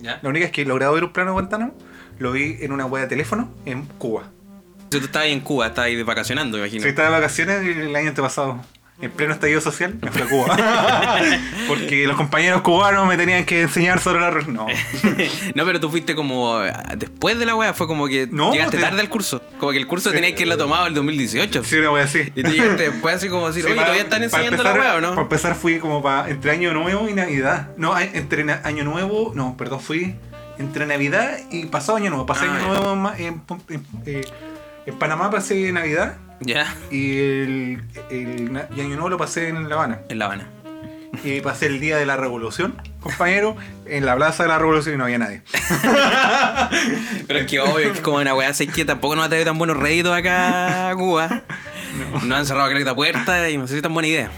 ¿Ya? La única es que he logrado ver un plano de Guantánamo, lo vi en una web de teléfono en Cuba. Si tú estabas ahí en Cuba, estabas ahí vacacionando, me imagino. Sí, estaba de vacaciones el año antepasado. En pleno estallido social, me fui a Cuba. Porque los compañeros cubanos me tenían que enseñar sobre la... No. no, pero tú fuiste como eh, después de la wea, fue como que No, llegaste te- tarde al curso. Como que el curso tenías que haberlo tomado el 2018. Sí, una wea así. Y tú llegaste después así como decir, Sí, oye, para- todavía están para enseñando la empezar- wea, ¿o no? Para empezar fui como para entre Año Nuevo y Navidad. No, a- entre na- Año Nuevo, no, perdón, fui entre Navidad y pasado Año Nuevo. Pasé Ah, Año ya. Nuevo en, Ma- en Pon- en- eh, en Panamá, pasé Navidad Ya, y el, el na- y Año Nuevo lo pasé en La Habana. en La Habana. Y pasé el día de la revolución, compañero, en la plaza de la revolución y no había nadie. Pero es que obvio, que es como una weá, sé que tampoco nos ha traído tan buenos réditos acá a Cuba. No. han cerrado la puerta y no sé si es tan buena idea.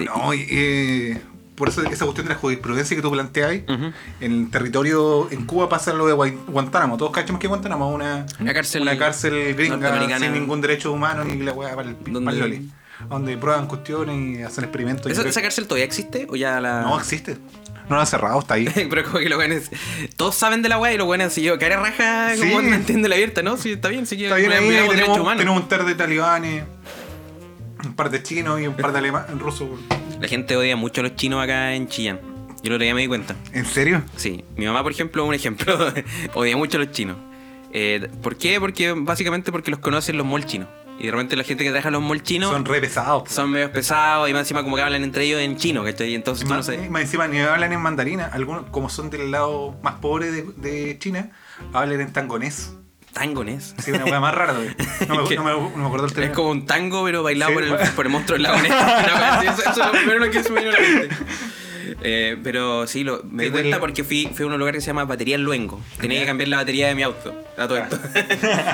No, y, eh, por eso esa cuestión de la jurisprudencia que tú planteas ahí, Ujú. en el territorio, en Cuba pasa lo de Guai- Guantánamo. Todos cachamos que Guantánamo es una, Una cárcel una cárcel gringa norteamericana. sin ningún derecho humano ni la weá para el ¿Dónde? pa'l loli. Donde prueban cuestiones y hacen experimentos. y ¿Esa, creo- esa cárcel todavía existe o ya la.? no existe. No la han cerrado, está ahí. Pero como que los weones. Todos saben de la weá y los weones han seguido cara raja, Sí. como no entiende la abierta, ¿no? Sí, está bien, sí que Está bien cuidamos ahí, ahí derechos tenemos, humanos. tenemos un par de talibanes, un par de chinos y un par de alemanes rusos. La gente odia mucho a los chinos acá en Chillán. Yo el otro día me di cuenta. ¿En serio? Sí, mi mamá, por ejemplo, es un ejemplo, odia mucho a los chinos. Eh, ¿Por qué? Porque básicamente porque los conocen los mall chinos. Y de repente la gente que trabaja en los mall chinos Son son, re pesados. po. medios pesados y más encima como que hablan entre ellos en chino, ¿cachai? Y entonces tú Ma- no sé. Más encima ni hablan en mandarina, algunos como son del lado más pobre de, de China, hablan en tangonés. Tangones. Sí, una weá más rara todavía. No me, no me- no me acuerdo el Es término. como un tango, pero bailado Sí, por, el, bueno. por el monstruo del lago Ness. Una wea así, Eso, eso es lo primero que se me vino a la mente. Eh, pero sí, lo, me di Sí, cuenta bueno. porque fui, fui a un lugar que se llama Batería El Luengo. Tenía que cambiar la batería de mi auto. A todo esto.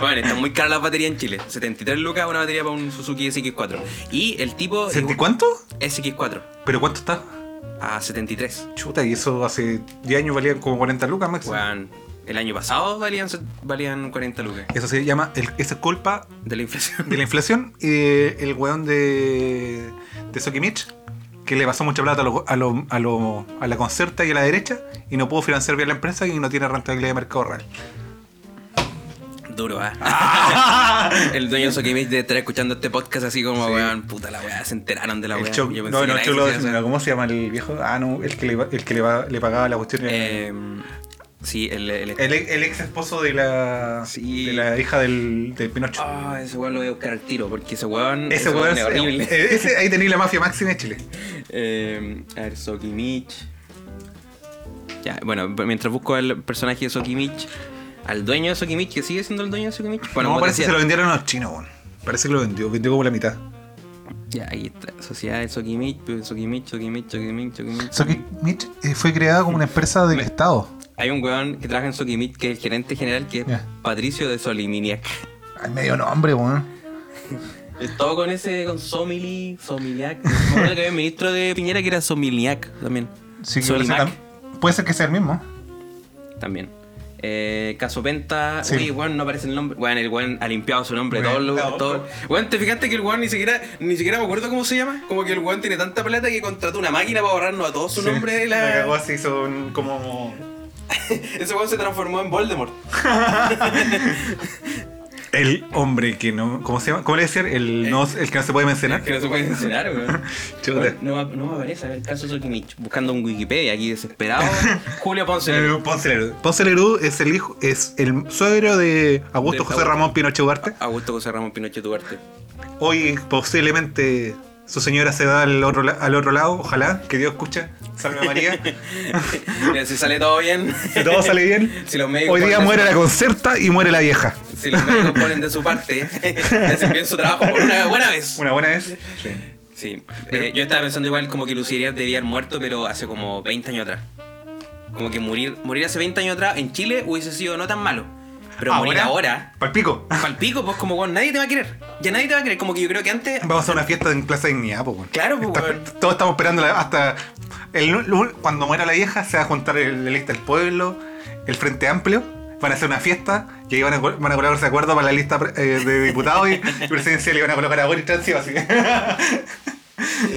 bueno, están muy caras las baterías en Chile. 73 lucas una batería para un Suzuki SX4. Y el tipo. ¿Sentí cuánto? SX4 ¿Pero cuánto está? a 73. Chuta, y eso hace 10 años valían como 40 lucas máximo. Weón, el año pasado valían, valían 40 lucas Eso se llama, el- esa es culpa de la inflación. de la inflación y de- el weón de, de Sokimich, que le pasó mucha plata a, lo- a, lo- a, lo- a la concerta y a la derecha y no pudo financiar bien la empresa y no tiene rentabilidad de mercado real. Duro, ¿eh? Ah. El dueño de Sokimich de estar escuchando este podcast así como, weón, puta la weá, se enteraron de la El weá. Choc- Yo pensé no, que no, nadie Choclo, se hacía eso. no, ¿cómo se llama el viejo? Ah, no, el que le, el que le, va- le pagaba la cuestión. era- Eh, sí, el. el, el, el ex esposo de la, Sí. de la hija del, del Pinocho. Ah, ese weón lo voy a buscar al tiro, porque ese weón. ese weón es horrible. eh, ese- ahí tenéis la mafia máxima de Chile. Eh, a ver, Sokimich. Ya, bueno, b- mientras busco al personaje de Sokimich, al dueño de Sokimich, que sigue siendo el dueño de Sokimich. Bueno, no, como parece que decía- se lo vendieron a los chinos, weón. Parece que lo vendió, vendió como la mitad. Ya, ahí está. Sociedad de Sokimich, Sokimich, Sokimich, Sokimich, Sokimich. Mitch eh, fue creada como una empresa del Estado. Hay un weón que trabaja en Sokimich que es el gerente general, que es Ya. Patricio de Soliminiac. Al medio nombre, weón. Es Todo con ese, con Somili, Somiliac. Como el que había ministro de Piñera que era Somiliac también. Sí, que Solimac parece tam- puede ser que sea el mismo. también. Eh, Caso Penta, Sí. uy, weón, no aparece el nombre. Weón, el weón ha limpiado su nombre. Weón, Todo lo, no. todo- Weón, ¿te fijaste que el weón ni siquiera, ni siquiera me acuerdo cómo se llama? Como que el weón tiene tanta plata que contrató una máquina para borrarnos a todos su nombre de la. así, son como. Ese weón se transformó en Voldemort. El hombre que no. ¿Cómo se llama? ¿Cómo le decían? Eh, El, no, el que no se puede mencionar. Que no se puede mencionar, weón. Chuta. No, me- no me aparece, a ver, caso Sokimich. Buscando en Wikipedia aquí desesperado. Julio Ponce. Eh, Ponce Lerú. Ponce Lerú es el hijo, es el suegro de Augusto De José Augusto. Ramón Pinochet Ugarte. Augusto José Ramón Pinochet Duarte. Hoy posiblemente su señora se va al otro, la- al otro lado, ojalá, que Dios escucha. Salve María. Mira, si sale todo bien. Si todo sale bien. Si los médicos Hoy día ponen- muere la concerta y muere la vieja. Si los médicos ponen de su parte, hacen bien su trabajo por una buena vez. Una buena vez. Sí. Eh, yo estaba pensando igual como que Lucía debía haber muerto, pero hace como 20 años atrás. Como que morir, morir hace 20 años atrás en Chile hubiese sido no tan malo. Pero morir ahora, Palpico. palpico, pues como bueno, nadie te va a querer. Ya nadie te va a querer. Como que yo creo que antes Vamos a hacer una fiesta en Plaza Dignidad, po, weón. Claro, po, Está- weón. Todos estamos esperando la- hasta. El, lu- cuando muera la vieja, se va a juntar el, la lista del pueblo, el Frente Amplio, van a hacer una fiesta y ahí van a, col- van a colocarse de acuerdo para la lista pre- eh, de diputados y, y presidencial y van a colocar a Boris Transio, así que.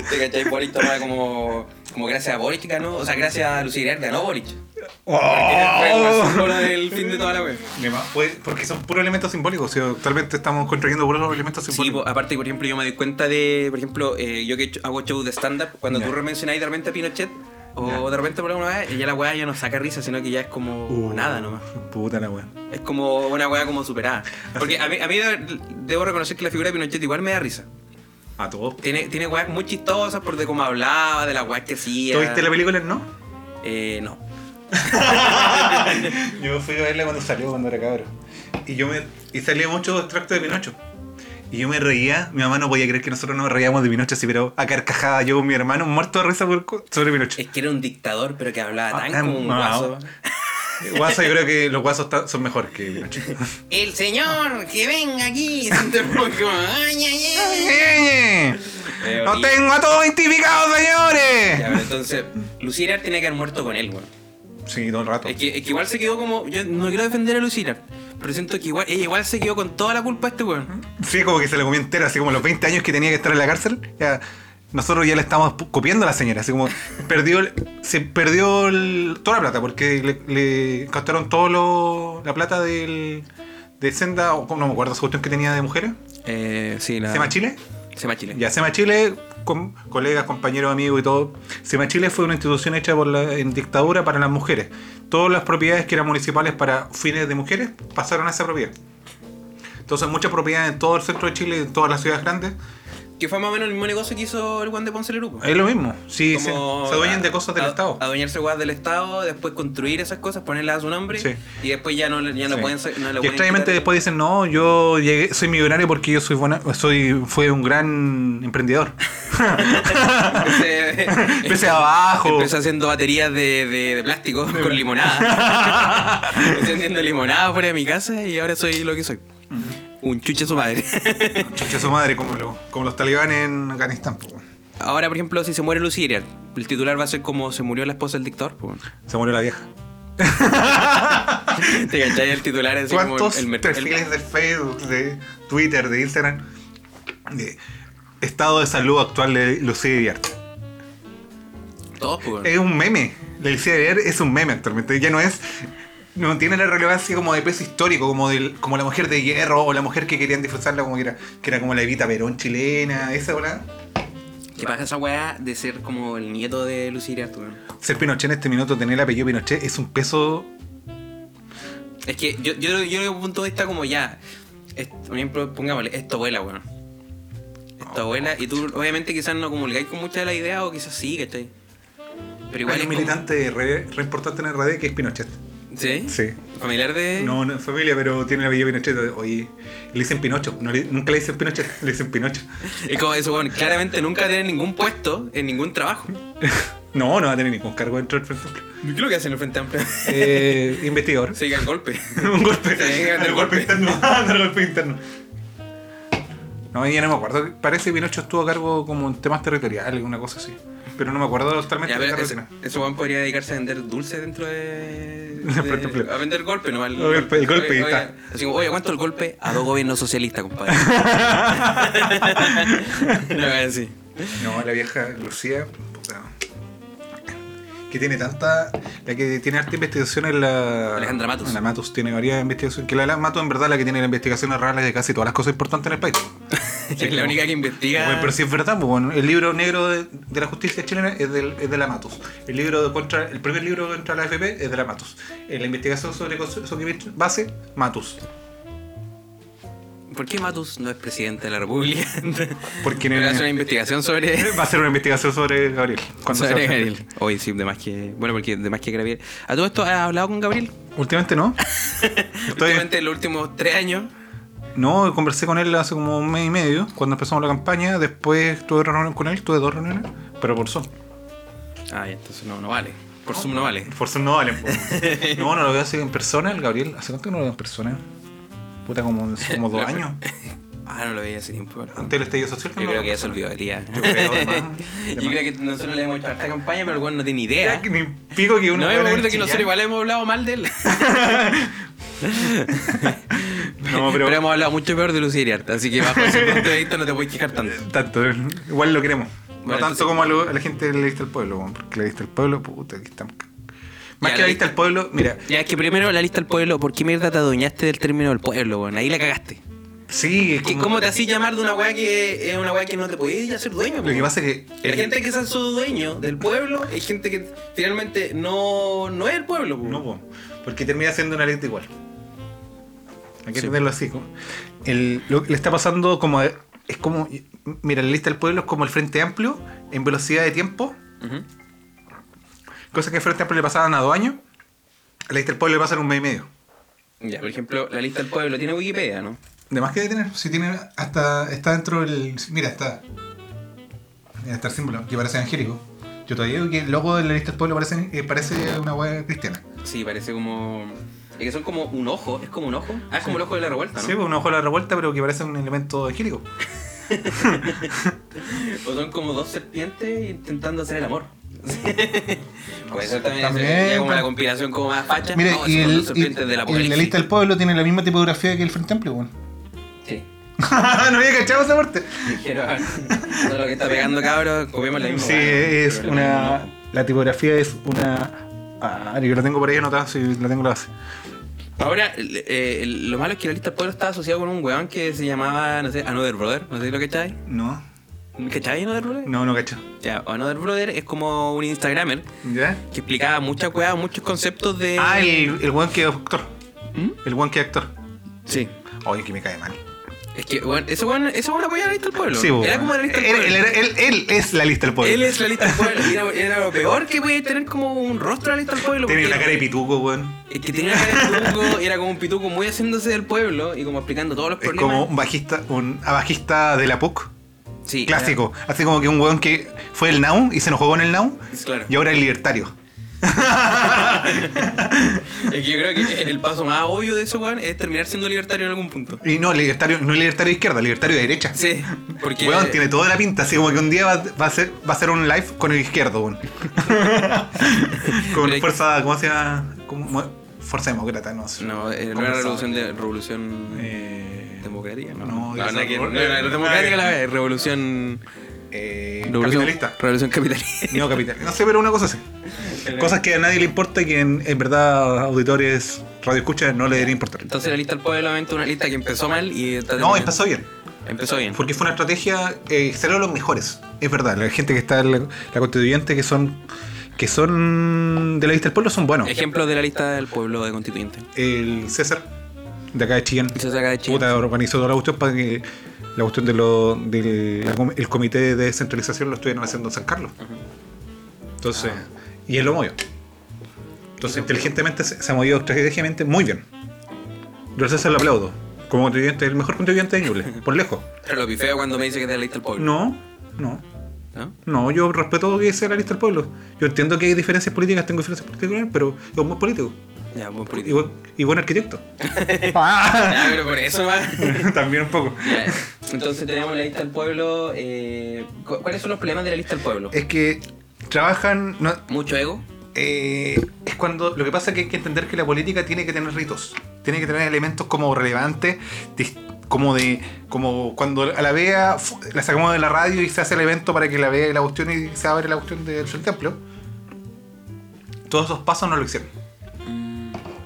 ¿Te cachai? Boric toma como, como gracias a Boric ganó, o sea, gracias a Lucía Irard ganó Boric. Fue ¡Oh! el símbolo del fin de toda la web. Pues, Porque son puros elementos simbólicos. O sea, actualmente estamos construyendo puros elementos Sí, simbólicos. po, aparte, por ejemplo, yo me doy cuenta de, por ejemplo, eh, yo que he hecho- hago shows de stand-up, cuando Ya. tú remencionáis de repente a Pinochet, o Ya. de repente por alguna vez, ya la weá ya no saca risa, sino que ya es como Uh, nada nomás. Puta la wea. Es como una weá como superada. Porque a mí, a mí de- debo reconocer que la figura de Pinochet igual me da risa. A todos. Tiene, tiene weas muy chistosas por de cómo hablaba, de las weas que hacía. ¿Tú viste la película, no? Eh, no. Yo fui a verla cuando salió, cuando era cabrón. Y yo me. Y salía mucho extracto de Pinocho. Y yo me reía, mi mamá no podía creer que nosotros nos reíamos de Pinocho así, pero a carcajada yo con mi hermano muerto de risa por co- sobre Pinocho. Es que era un dictador, pero que hablaba tan Ah, como un no. guaso. Guaso, yo creo que los guasos ta- son mejores que Pinocho. El señor, que venga aquí. Siente como, ay, ay, ay. Eh, ¡No horrible. tengo a todos identificados, Ya, señores! pero entonces, Lucier tenía que haber muerto con él, weón. Sí, todo el rato. Es que, es que igual se quedó como. Yo no quiero defender a Lucier, pero siento que igual, ella igual se quedó con toda la culpa a este weón. Sí, como que se lo comió entero, así como los 20 años que tenía que estar en la cárcel. ya, nosotros ya le estamos pu- copiando a la señora, así como perdió, el- se perdió el- toda la plata porque le, le captaron todo lo- la plata del, de Senda, o como- no me acuerdo, su cuestión que tenía de mujeres. Eh, sí, la. Sema Chile. Sema Chile. Ya, Sema Chile, con colegas, compañeros, amigos y todo. Sema Chile fue una institución hecha por la, en dictadura para las mujeres. Todas las propiedades que eran municipales para fines de mujeres pasaron a esa propiedad. Entonces, muchas propiedades en todo el centro de Chile, en todas las ciudades grandes. Que fue más o menos el mismo negocio que hizo el weón de Ponce Lerupo. Es lo mismo. Eh, Sí, se, Como se adueñan a- de cosas del a- Estado. Adueñarse weas del Estado, después construir esas cosas, ponerlas a su nombre Sí. y después ya no, le- ya no Sí. pueden sa- no le y pueden extrañamente quitar- después dicen, no, yo llegué, soy millonario porque yo soy buena, soy, fue un gran emprendedor. Empecé- Empecé abajo. Empecé haciendo baterías de, de- de plástico con limonada. Empecé haciendo limonada fuera de mi casa y ahora soy lo que soy. Un chuche su madre. Chucha su madre, como, lo- como los talibanes en Afganistán. po. ahora, por ejemplo, si se muere Luciria, el titular va a ser como se murió la esposa del dictador. po. Se murió la vieja. ¿Te cachai? El titular es como ¿Cuántos el, el, merc- el- perfiles de Facebook, de Twitter, de Instagram? De estado de salud actual de Lucía Villar. todos, po. Es un meme. La Lucía Villar es un meme actualmente. Ya no es. No tiene la relevancia como de peso histórico, como del, como la mujer de hierro o la mujer que querían disfrazarla como que era, que era como la Evita Perón chilena, esa bola. ¿Qué pasa esa weá de ser como el nieto de Luciria? Ser Pinochet en este minuto, tener el apellido Pinochet, es un peso. Es que yo, yo, yo desde un punto de vista como ya. es- Por ejemplo, pongámosle, es tu abuela, weón. Es tu abuela, y tú obviamente quizás no comulgáis con muchas de las ideas, o quizás sí, ¿cachai? Pero igual Hay es un militante re, re importante en el RD que es Pinochet. como- ¿Sí? Sí. ¿Familiar de...? No, no es familia, pero tiene el apellido Pinochet. Oye, le dicen Pinocho. No le- nunca le dicen Pinochet, le dicen Pinocho. Es como eso, weón. Claramente nunca tiene ningún puesto en ningún trabajo. No, no va a tener ningún cargo dentro del Frente Amplio. ¿Qué es lo que hacen en el Frente Amplio? Eh, investigador. Se llega al golpe. un golpe. Sí, hay que un hacer golpe golpe. interno. un golpe interno. No, ya no me acuerdo. Parece que Pinocho estuvo a cargo como en temas territoriales, una cosa así. Pero no me acuerdo totalmente Ya, de pero la ese, rutina. ese weón podría dedicarse a vender dulce dentro de... El Frente de- Amplio. a vender golpe, ¿no? Al- El golpe, el golpe, Oye, y oye, así como, oye, ¿cuánto el golpe? A dos gobiernos socialistas, compadre. no, así. No, la vieja Lucía. puta. Que tiene tanta. La que tiene harta investigación es la. Alejandra Matus. La Matus tiene varias investigaciones. Que la, la Matus, en verdad, la que tiene la investigación rara de casi todas las cosas importantes en el país. es la única que investiga. Bueno, pero si es verdad, pues, bueno, el libro negro de, de la justicia chilena es, del- es de la Matus. El libro de contra, el primer libro contra la FP es de la Matus. Eh, La investigación sobre cos- sobre base, Matus. ¿Por qué Matus no es presidente de la República? Porque no- Pero hace una investigación sobre. Va a ser una investigación sobre Gabriel. cuando sobre sea- Gabriel. Oye, sí, de más que. Bueno, porque de más que Gabriel. ¿A todo esto has hablado con Gabriel? Últimamente no. Estoy, Últimamente, los últimos tres años. No, conversé con él hace como un mes y medio, cuando empezamos la campaña. Después tuve reunión con él, tuve dos reuniones, pero por Zoom. Ah, ya, entonces no, no vale. Por Zoom no vale. Por Zoom no valen. po. No, no lo veo así en persona, el Gabriel. ¿Hace cuánto que no lo veo en persona? Puta, como, como dos años. Ah, no lo veía hace tiempo. ¿verdad? Antes del estallido social. Yo creo que ya se olvidó de ti, ya. Yo creo, además, Yo creo que nosotros le hemos hecho harta campaña, pero el weón no tiene idea. Ya que ni pico que uno No me pueda acuerdo que chillar. nosotros igual hemos hablado mal de él. No, pero, pero, hemos hablado mucho peor de Lucía Iriarte, así que bajo ese punto de vista no te puedes quejar tanto. Eh, tanto, igual lo queremos. Bueno, no tanto entonces- como a, lo- a la gente le diste al pueblo, po, porque le diste al pueblo, puta, aquí estamos. Más Ya, que la la lista del pueblo, mira, Ya, es que primero la lista del pueblo, ¿por qué mierda te adueñaste del término del pueblo, weón? Ahí la cagaste. sí, es Es que, como- ¿Cómo te hacís llamar de una weá que es una weá que no te podías hacer dueño? lo que po? pasa es que La gente que se hace dueño del pueblo es gente que finalmente no, no es el pueblo. po. No, po, porque termina siendo una lista igual. Hay que Sí. entenderlo así. como- el- lo que le está pasando como a- es como mira, la lista del pueblo es como el Frente Amplio en velocidad de tiempo, Ujú. cosas que al Frente Amplio le pasaban a dos años, a la lista del pueblo le pasan un mes y medio. Ya, por ejemplo, la lista del pueblo tiene Wikipedia, ¿no? De más que detener, si tiene hasta está dentro del mira, está mira, está el símbolo que parece angélico. Yo todavía digo que el logo de la lista del pueblo parece, eh, parece una hueá cristiana. Sí, parece como. Es que son como un ojo, es como un ojo. Ah, es como el ojo de la revuelta, ¿no? Sí, pues un ojo a la revuelta, pero que parece un elemento angélico. pues. O son como dos serpientes intentando hacer el amor. Puede ser también, También, eso, ya como pero- la compilación como más facha. Mire, no, y, esos son el, dos serpientes y- del y apocalipsis. la lista del pueblo tiene la misma tipografía que el Frente Amplio, weón. Sí. no había cachado esa parte. Dijeron, todo lo que está pegando cabros, comemos la misma. Sí, weá, ¿no? es Pero una. La tipografía es una. Ah, yo la tengo por ahí anotada, si la tengo la base. no. Ahora, el- eh, el- lo malo es que la lista del pueblo estaba asociado con un weón que se llamaba, no sé, Another Brother. No sé si lo cacháis. No, ¿Cacháis Another Brother? no, no cacho. Ya, Another Brother es como un Instagramer ¿Ya? que explicaba muchas weas, muchos conceptos de. Ah, el, el weón que es actor. ¿Mm? El weón que es actor. Sí. Oye, que me cae mal. Es que, bueno, ese weón, ese weón apoyaba la lista del pueblo. Sí, weón. Era como la lista del él, pueblo. él, era- él- él es la lista del pueblo. Él es la lista del pueblo. y Era, era lo peor que podía tener como un rostro de la lista del pueblo. Tiene porque una era- cara de pituco, weón. Es que tenía una cara de pituco, era como un pituco muy haciéndose del pueblo y como explicando todos los Es problemas. como un bajista, un bajista de la PUC. Sí, era- Clásico. Así como que un weón que fue el Now y se enojó con el Now. es claro. Y ahora el libertario. Es que yo creo que el paso más obvio de eso, weón, es terminar siendo libertario en algún punto. Y no, libertario, no libertario de izquierda, libertario de derecha. Sí, porque. Weón, tiene toda la pinta, así como que un día va, va a ser va a ser un live con el izquierdo, weón. con Pero- fuerza, ¿cómo se llama? ¿Cómo? Mo- Fuerza demócrata, no sé. No, eh, no era revolución de revolución Eh, democrática, no. no, No, esa- no, que- no, era democrática la vez, revolución, eh, revolución capitalista. Revolución capitalista. Neocapitalista. No sé, pero una cosa así. Cosas que a nadie le importa y que en, en verdad auditores, radioescuchas, no le debería importar. Entonces la lista del pueblo obviamente una lista que empezó mal y está No, terminando- empezó bien. empezó bien. Porque fue una estrategia, eh, salió los mejores. Es verdad, la gente que está en la, la constituyente que son que son de la lista del pueblo son buenos. Ejemplos de la lista del pueblo de constituyente. El César, de acá de Chillán, Se saca de Chile. puta, organizó toda la cuestión para que la cuestión de lo, del la com- el comité de descentralización lo estuvieran haciendo en San Carlos. Entonces, y él lo movió. Ah. Entonces, inteligentemente se, se ha movido estratégicamente muy bien. Yo al César lo aplaudo. Como contribuyente, el mejor contribuyente de Ñuble, por lejos. Pero lo pifeo cuando me dice que es de la lista del pueblo. No, no. ¿No? No, yo respeto que sea la lista del pueblo. Yo entiendo que hay diferencias políticas, tengo diferencias particulares, pero es un buen político Ya, buen y político. buen, y buen arquitecto. Ah, pero por eso va. También un poco. Ya, Entonces tenemos la lista del pueblo. eh, cu- ¿Cuáles son los problemas de la lista del pueblo? Es que trabajan. no, Mucho ego. eh, es cuando. Lo que pasa es que hay que entender que la política tiene que tener ritos. Tiene que tener elementos como relevantes, dis- como de. como cuando a la vea fu- la sacamos de la radio y se hace el evento para que la vea la cuestión y se abre la cuestión del Frente Amplio. Todos esos pasos no lo hicieron.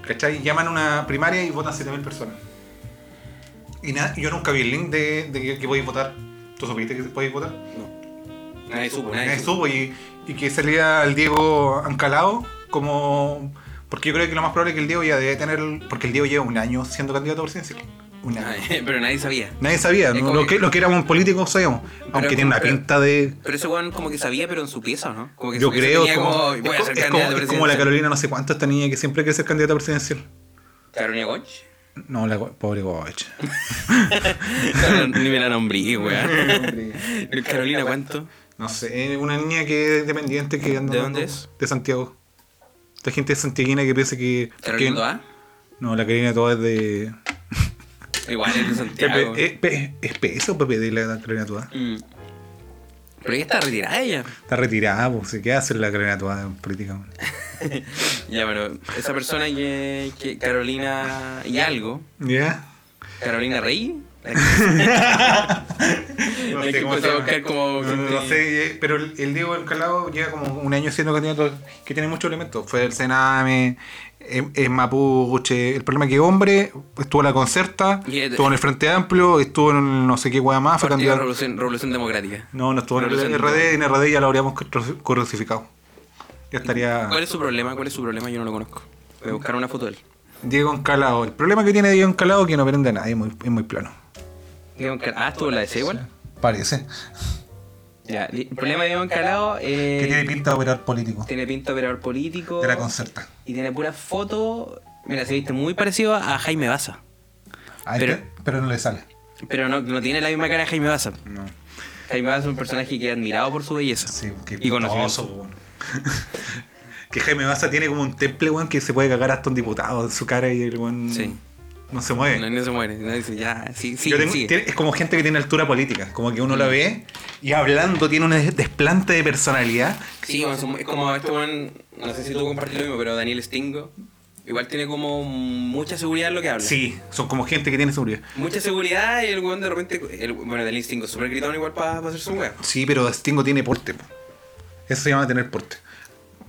¿Cachai? Llaman a una primaria y votan 7.000 personas. Y nada, yo nunca vi el link de, de que, que podéis votar. ¿Tú supiste que podéis votar? Nadie supo, Nadie supo y, y que salía el Diego Ancalao como... Porque yo creo que lo más probable es que el Diego ya debe tener... Porque el Diego lleva un año siendo candidato presidencial. Un año. Ay, Pero nadie sabía. Nadie sabía, Es ¿no? como lo, que- que, lo que éramos políticos sabíamos. Aunque tiene una pero- pinta de... Pero ese weón como que sabía, pero en su pieza, ¿no? Como que Yo su pieza creo, tenía como, como, es, voy a co- ser es como, candidato es como la presidencial. Carolina no sé cuánto, esta niña que siempre quiere ser candidata presidencial. Carolina Goch. No, la go- pobre Goch. Ni me la nombrí, weón. Carolina, ¿cuánto? no sé, una niña que es dependiente que anda... ¿De dónde es? De Santiago. Esta gente de Santiaguina que piensa que... que- Carolina Doa. No, la Carolina toda es de... Igual es de Santiago. Pepe, eh, pe- ¿Es peso o Pepe de la Carolina Toa? Mm. Pero ella está retirada ella. Está retirada, pues, ¿qué hace la Carolina Toa en política? weón? Ya, pero esa persona que, que Carolina y algo. ¿Ya? Carolina Rey. la No Hay sé que cómo se empezar a llama. buscar como- No, no, no sé, eh, pero el, el Diego Alcalao lleva como un año siendo candidato que tiene muchos elementos. Fue el Sename, es es Mapuche. El problema es que hombre, estuvo en la concerta, Y el- estuvo en el Frente Amplio, estuvo en el no sé qué hueá más, fue Partido de candidato. Revolución, Revolución Democrática. No, no estuvo en Revolución el RD, en RD ya lo habríamos cru- crucificado. Ya estaría. ¿Cuál es su problema? ¿Cuál es su problema? Yo no lo conozco. Voy a buscar una foto de él. Diego Encalado. El problema que tiene Diego Encalado es que no prende a nadie, es muy, es muy plano. Diego Encal- Ah, estuvo en la de C igual. Parece. Ya, li- el problema de Diego Encalado eh, Que tiene pinta de operar político. tiene pinta de operador político. De la concerta. Y tiene pura foto. Mira, se viste muy parecido a Jaime Baza. A Pero- este, pero no le sale. Pero no, no tiene la misma cara de Jaime Baza. No. Jaime Baza es un personaje que es admirado por su belleza. Sí, qué y conocimiento. pintoso, weón. que Jaime Baza tiene como un temple, weón, que se puede cagar hasta un diputado en su cara y el weón Sí. no se mueve. No, no se muere. No dice, ya, sí, sí, Yo tengo- sigue. Mm. tiene- es como gente que tiene altura política, como que uno la ve y hablando tiene un des- desplante de personalidad. Sí, bueno, son- es como este weón, no sé si tú compartís lo mismo, pero Daniel Stingo igual tiene como mucha seguridad en lo que habla. Sí, son como gente que tiene seguridad. Mucha seguridad y el weón de repente, el- bueno, Daniel Stingo es súper gritón igual para hacer su weón. Sí, pero Stingo tiene porte. po. Eso se llama tener porte.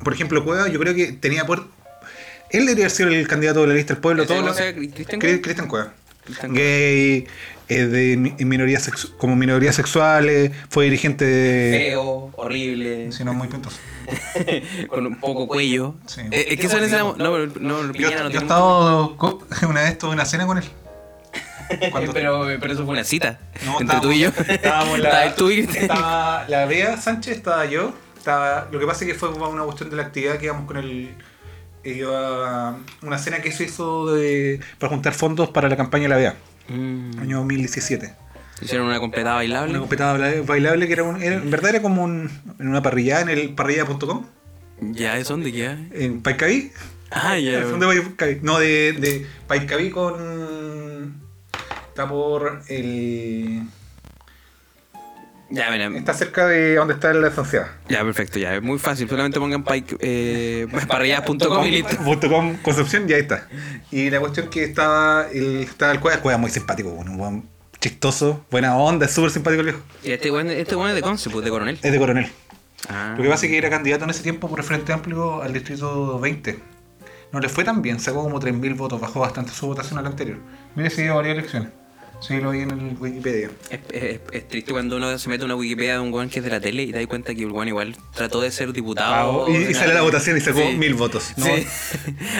Por ejemplo, Cueva, yo creo que tenía porte. Él debería haber sido el candidato de la lista del pueblo. ¿Ese Todo no lo- sea Cristian Cri- Cueva? Cristian Cueva. Cristian Cueva. Gay, eh, de mi- minoría sexu- como minorías sexuales, fue dirigente de. Feo, horrible, Eh, Sí, no, muy pintoso. con un poco cuello. Sí. Eh, es que eso le No, no, no, no, Yo, Piñera no yo he tiene estado co- una vez tuve una cena con él. un- pero, pero eso fue una cita No, entre tú y estábamos- yo. estábamos la- Estaba tú y Cristian. Estaba la Bea Sánchez, estaba yo. Estaba, lo que pasa es que fue como una cuestión de la actividad que íbamos con el. Iba a una cena que se hizo de- para juntar fondos para la campaña de la Bea, Mm, año 2017. Hicieron una completada Una bailable. completada baila- bailable que era, un- era- en verdad era como un- en una parrillada en el parrillada.com, Ya, ¿es dónde queda? en Paicaví. Ah, ya. El fondo de Paicaví. No, de, de Paicaví con. Está por el. Ya, mira. Está cerca de donde está la sociedad. Ya, perfecto, ya, es muy fácil. Solamente pongan pike, eh, parrillas.com y listo. Punto com, Concepción, y ahí está. Y la cuestión que estaba el, estaba el cueva, el cueva muy simpático, bueno, un weón chistoso, buena onda, súper simpático el viejo. Y este weón este weón es de Conce, pues, de coronel. Es de coronel. Ah. Lo que pasa es que era candidato en ese tiempo por el Frente Amplio al Distrito 20. No le fue tan bien, sacó como 3.000 votos, bajó bastante su votación a la anterior. Mire, se dio varias elecciones. Sí, lo vi en el Wikipedia. Es, es- es triste cuando uno se mete a una Wikipedia de un weón que es de la tele y te das cuenta que el weón igual trató de ser diputado. Ah, oh, y, y de sale la votación y sacó Ah, oh, Sí. 1.000 votos. ¿no? Sí.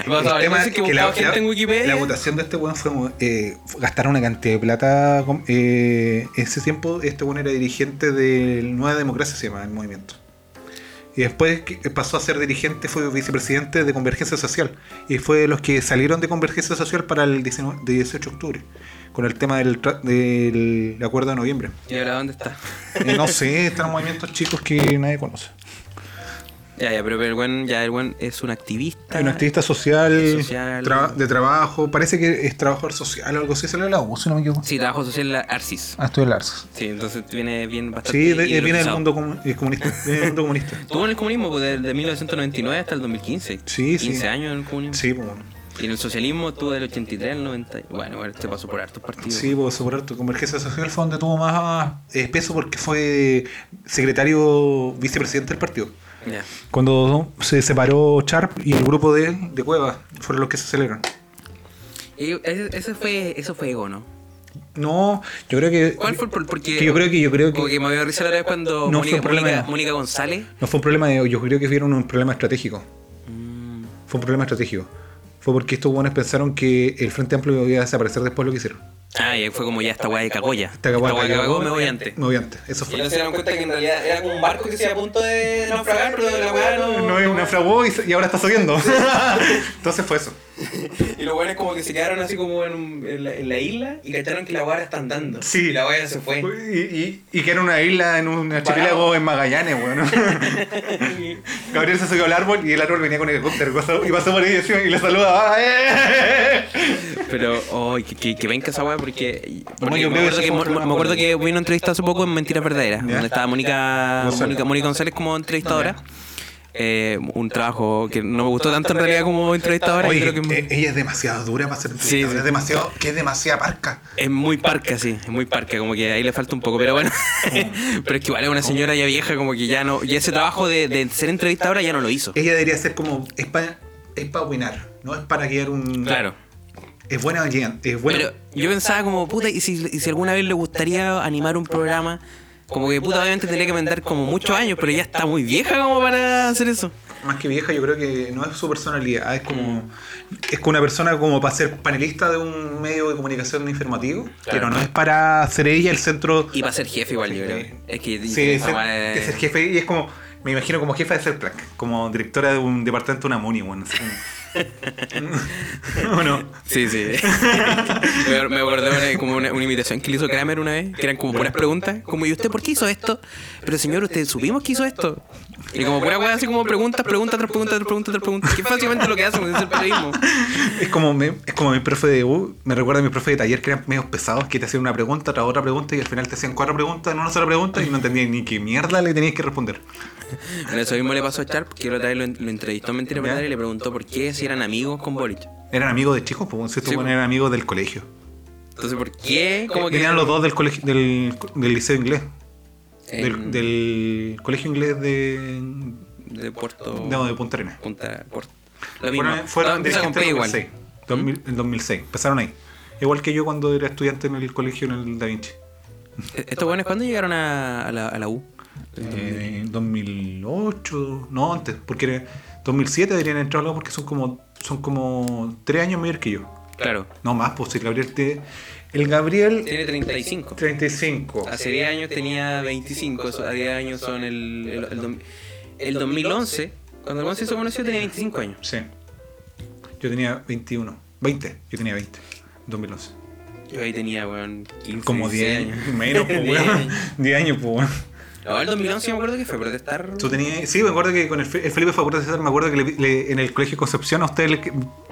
Vamos a El ver, tema parece es que buscaba gente en Wikipedia. la votación de este weón fue eh, fue gastar una cantidad de plata. com- eh, ese tiempo este weón era dirigente del Nueva Democracia, se llama el movimiento. Y después que eh, pasó a ser dirigente, fue vicepresidente de Convergencia Social. Y fue de los que salieron de Convergencia Social para el 19 de 18 de octubre, con el tema del, tra- del acuerdo de noviembre. ¿Y ahora dónde está? Eh, no sé, están movimientos chicos que nadie conoce. Ya, ya, pero, pero el weón, ya, el weón es un activista. Hay un activista social, Social. tra- de trabajo, parece que es trabajador social o algo así, salió de la U, si no me equivoco. Sí, trabajo social en la Arcis. Ah, estuve en la ARSA. Sí, entonces viene bien bastante. Sí, de- de- viene del ideologizado. mundo comu- eh, comunista. viene del mundo comunista. Estuvo en el comunismo pues, de, de 1999 hasta el 2015. Sí, sí. 15 años en el comunismo. Sí, pues, bueno. Y en el socialismo estuvo del 83 al 90. Bueno, bueno, este pasó por hartos partidos. Sí, pues, asegurar tu convergencia social fue donde tuvo más eh, peso porque fue secretario vicepresidente del partido. Ya. Cuando se separó Sharp y el grupo de, de Cueva fueron los que se celebran. Y ese, ese fue, eso fue ego, ¿no? No, yo creo que. ¿Cuál fue? Por- Porque, Que yo creo que- yo creo que- Porque me había risa la otra vez cuando No, fue Mónica, un problema Mónica- de- Mónica González. No fue un problema de. Yo creo que vieron un problema estratégico. Mm. Fue un problema estratégico. Fue porque estos buenos pensaron que el Frente Amplio iba a desaparecer después de lo que hicieron. Ah, y fue como ya esta weá de cagoya. Esta weá de de cagoya, cagoya, me voy antes. Me voy antes. Eso Y fue. no se dieron cuenta que en realidad era como un barco que se iba a punto de naufragar, pero la weá no. No es naufragó y, y ahora está subiendo. Entonces fue eso. Y los weones como que se quedaron así como en, un- en la, en la isla y cacharon que la weá está andando. Sí. Y la weá se fue. Y, y, y que era una isla en un archipiélago en Magallanes, bueno. Gabriel se subió al árbol y el árbol venía con el helicóptero pasó- y pasó por ahí encima y le saludaba. ¡Ah, eh! Pero, ay, que, que, que venga esa weá porque. porque yo me, creo que acuerdo que, eso fue Mo- un me acuerdo problema. que vi una entrevista hace poco en Mentiras Verdaderas, Ya. donde estaba Mónica González. Mónica, Mónica González como entrevistadora. eh, un trabajo que no me gustó tanto en realidad como entrevistadora. y Oye, creo que eh, ella es demasiado dura para ser Sí, entrevistadora, sí. Es demasiado, que es demasiada parca. Es muy parca, sí, es muy parca, como que ahí le falta un poco, pero bueno. pero es que vale, una señora ya vieja, como que ya no. Y ese trabajo de, de ser entrevistadora ya no lo hizo. Ella debería ser como, es para es pa opinar, no es para guiar un... Claro. Es buena oyente, es buena... Pero yo pensaba como, puta, y si, y si alguna vez le gustaría animar un programa, como que puta, obviamente tendría que mandar como muchos años, pero ya está muy vieja como para hacer eso. Más que vieja, yo creo que no es su personalidad, es Mm. como... Es como una persona como para ser panelista de un medio de comunicación informativo, pero no es para ser ella el centro... Y para ser jefe igual, yo creo. Es que ah, Sí, es ser, es ser jefe y es como... Me imagino como jefa de Serplac, como directora de un departamento de una MUNI, bueno. así como- ¿O no? Sí, sí. me, me acordé de una- como una, una imitación que le hizo Kramer una vez, que eran como puras preguntas, como ¿y usted por qué hizo esto? Pero señor, usted supimos que hizo esto. Y como pura weá, así como preguntas, preguntas, tras preguntas, tras preguntas, tras preguntas. Que es básicamente lo que hacen, es el periodismo. Es como, me- es como mi profe de U, me recuerda a mi profe de taller que eran medios pesados, que te hacían una pregunta, tras otra pregunta, y al final te hacían cuatro preguntas en una sola pregunta y no entendías ni qué mierda le tenías que responder. Bueno, eso mismo le pasó a Sharp, que la otra vez lo, en- lo entrevistó en Mentira Verdadera y le preguntó por qué si eran amigos con Boric. Eran amigos de chicos, pues si estos Sí, buenos pues. eran amigos del colegio. Entonces, ¿por qué? Como que... Venían los dos del colegio del, del liceo inglés. Eh, Del, del colegio inglés de. De Puerto... No, de Punta Arenas. Punta... Puerto. Lo Oh. mismo. Fueron, fueron No, empieza con P dirigentes igual. del 2006, 2000 en 2006, empezaron ahí. Igual que yo cuando era estudiante en el colegio en el Da Vinci. E-, ¿Estos buenos cuándo llegaron a, a la, a la U? Eh, 2008, no antes, porque era 2007 deberían entrar algo porque son como son como tres años mayor que yo. Claro. No más, pues el Gabriel te- el Gabriel Tiene 35. 35. Hace 10 años tenía 25. eso- A 10 años son el. El, el dom- el 2011. Cuando el 11 se conoció tenía 25 años. Sí. Yo tenía 21, 20, yo tenía 20. 2011. Yo ahí tenía, weón. 15, Como 10 16 años. Menos, pues, 10 weón. años. 10 años, pues, weón. No, el 2011 me acuerdo que fue a protestar. Tú tenías, sí, me acuerdo que con el, Fe- el Felipe Facultad César, me acuerdo que le- le- en el Colegio Concepción a ustedes les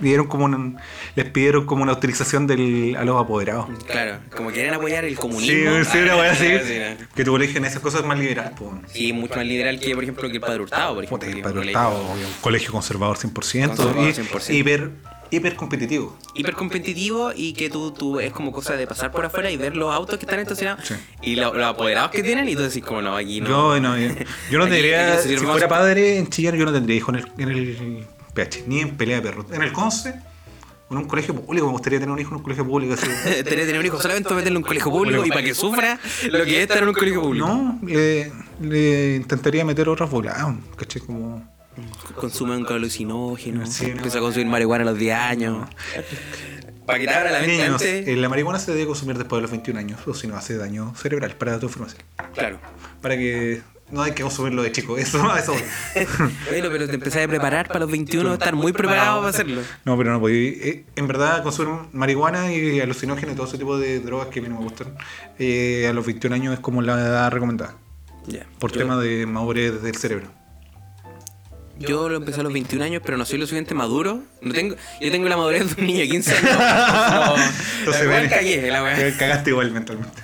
pidieron como un- les pidieron como una autorización del, a los apoderados. Claro, como querían apoyar el Sí, comunismo. sí, una weá Ah, así. sí, no. Que tu colegio en esas cosas es más liberal, po. Sí, mucho más liberal que, por ejemplo, que el Padre Hurtado. Por Puta, ejemplo, el que Padre un Hurtado, colegio obvio. colegio conservador 100%, Conservador y 100%. hiper, hiper competitivo. Hipercompetitivo y que tú, tú es como cosa de pasar por afuera y ver los autos que están estacionados Sí. y lo- los apoderados que tienen y tú decís, como no, aquí no. Yo no, yo, yo no Aquí- tendría, aquí se si sirve más- fuera padre en Chillán, yo no tendría hijos en el, en el PH, ni en pelea de perros. En el Conce, en un colegio público, me gustaría tener un hijo en un colegio público. Así. tener, tener un hijo solamente para meterlo en un colegio público y para que sufra lo que es estar en un colegio público. No, le, le intentaría meter otras voladas, ¿cachai? Como... Consumen alucinógenos, Sí, no. empieza a consumir marihuana a los 10 años. Para que te abra la mente Niños, antes. eh, la marihuana se debe consumir después de los 21 años, o si no hace daño cerebral, para tu información. Claro. Para que no hay que consumirlo de chico, eso, eso. Bueno, pero te empezás a preparar para los 21, estar muy preparado para hacerlo. No, pero no podía. eh, en verdad, consumir marihuana y alucinógenos y todo ese tipo de drogas que a mí no me gustan. eh, a los 21 años es como la edad recomendada. Ya. Por yo, tema de madurez del cerebro. Yo lo empecé a los 21 años, pero no soy lo suficiente maduro. No tengo, yo tengo la madurez de un niño de 15 años. No, Entonces, la weá ven- cagué, la weá. Eh, Cagaste igual mentalmente.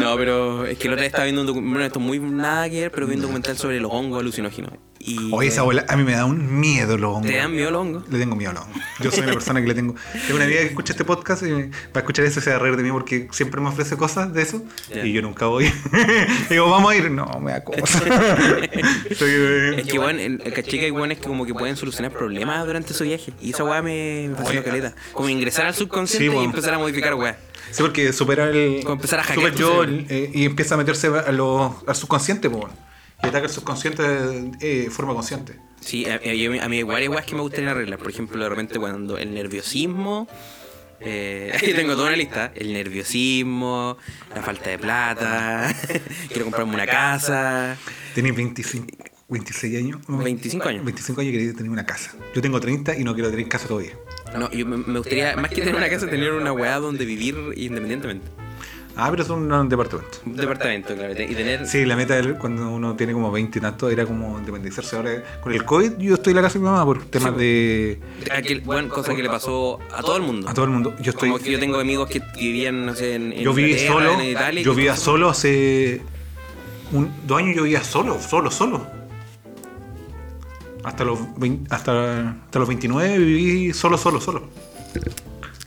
No, pero es que la otra vez estaba viendo un documental. Bueno, esto es muy nada que ver, pero vi un documental sobre los hongos alucinógenos. Y Oye, esa abuela, a mí me da un miedo los hongos. te dan miedo los hongos. Le tengo miedo a los hongos. Yo soy una persona que le tengo. Tengo una amiga que escucha este podcast y va a escuchar eso y se va a reír de mí porque siempre me ofrece cosas de eso Ya. y yo nunca voy. Digo, vamos a ir. No, me da cosa. Soy, eh, Es que, bueno, el, el caché que hay weones que como que pueden solucionar problemas durante su viaje. Y esa weá me, me fascinó caleta. Como ingresar al subconsciente Sí, y weón. empezar a modificar weá. Sí, porque supera el. Como empezar a hackear pues, supera tu yo cerebro. eh, y empieza a meterse a los- al subconsciente, po, weón. Y ataca al subconsciente de eh, forma consciente. Sí, a, a- yo- a mí igual hay weas que me gustaría arreglar. Por ejemplo, de repente cuando el nerviosismo. Eh, ahí tengo toda una lista. El nerviosismo, la falta de plata, quiero comprarme una casa. Tenés 25, 26 años. no, 25 años. 25 años y quería tener una casa. Yo tengo 30 y no quiero tener casa todavía. No, yo me, me gustaría, más que tener una casa, tener una weá donde vivir independientemente. Ah, pero es un, un departamento. Un departamento, claro. Y tener. Sí, la meta del- cuando uno tiene como 20 y tanto era como independizarse. Ahora con el COVID yo estoy en la casa de mi mamá por temas de... Aquel, bueno, cosa que le pasó a todo el mundo. A todo el mundo. Yo estoy... pues. Como que yo tengo amigos que vivían, no sé, en. en yo viví Inglaterra, solo. en Italia, yo que- vivía solo hace un, dos años. Yo vivía solo, solo, solo. Hasta los, 20 hasta, hasta los 29 viví solo, solo, solo.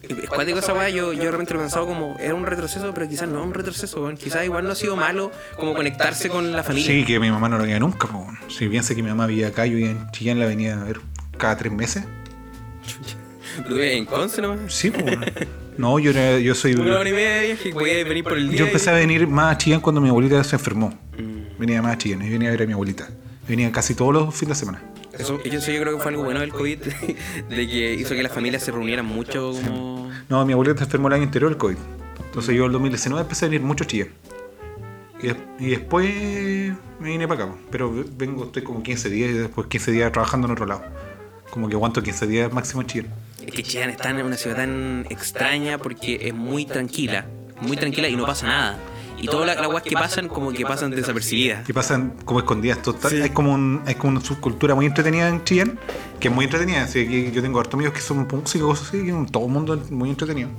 Es cuático esa weá, yo, yo realmente lo he pensado como era un retroceso, pero quizás no es un retroceso, weón. Quizás igual no ha sido malo como conectarse con la familia. Sí, que mi mamá no lo veía nunca. po. Si piensa que mi mamá vivía acá, yo vivía en Chillán, la venía a ver cada tres meses. Tú vives en Conce nomás. Sí, po. No, yo, era- yo soy. Una hora y media que podía venir por el día. Yo empecé a venir más a Chillán cuando mi abuelita se enfermó. y- Mm. Venía más a Chillán y venía a ver a mi abuelita. Venía casi todos los fines de semana. Eso, y eso yo creo que fue algo bueno del COVID, de que hizo que las familias se reunieran mucho como... No, mi abuelita se enfermó el año anterior del COVID. Entonces yo en el 2019 empecé a venir mucho a Chillán. Y, des- y después me vine para acá. po. Pero ve- vengo, estoy como 15 días y después 15 días trabajando en otro lado. Como que aguanto 15 días máximo en Chillán. Es que Chillán está en una ciudad tan extraña porque es muy tranquila, muy tranquila y no pasa nada. Y todas las las weas que pasan como que pasan desapercibidas. Y pasan como escondidas. Total. Sí. Hay, como un- hay como una subcultura muy entretenida en Chillán, que es muy entretenida. Así que yo tengo hartos amigos que son músicos, así que todo el mundo es muy entretenido.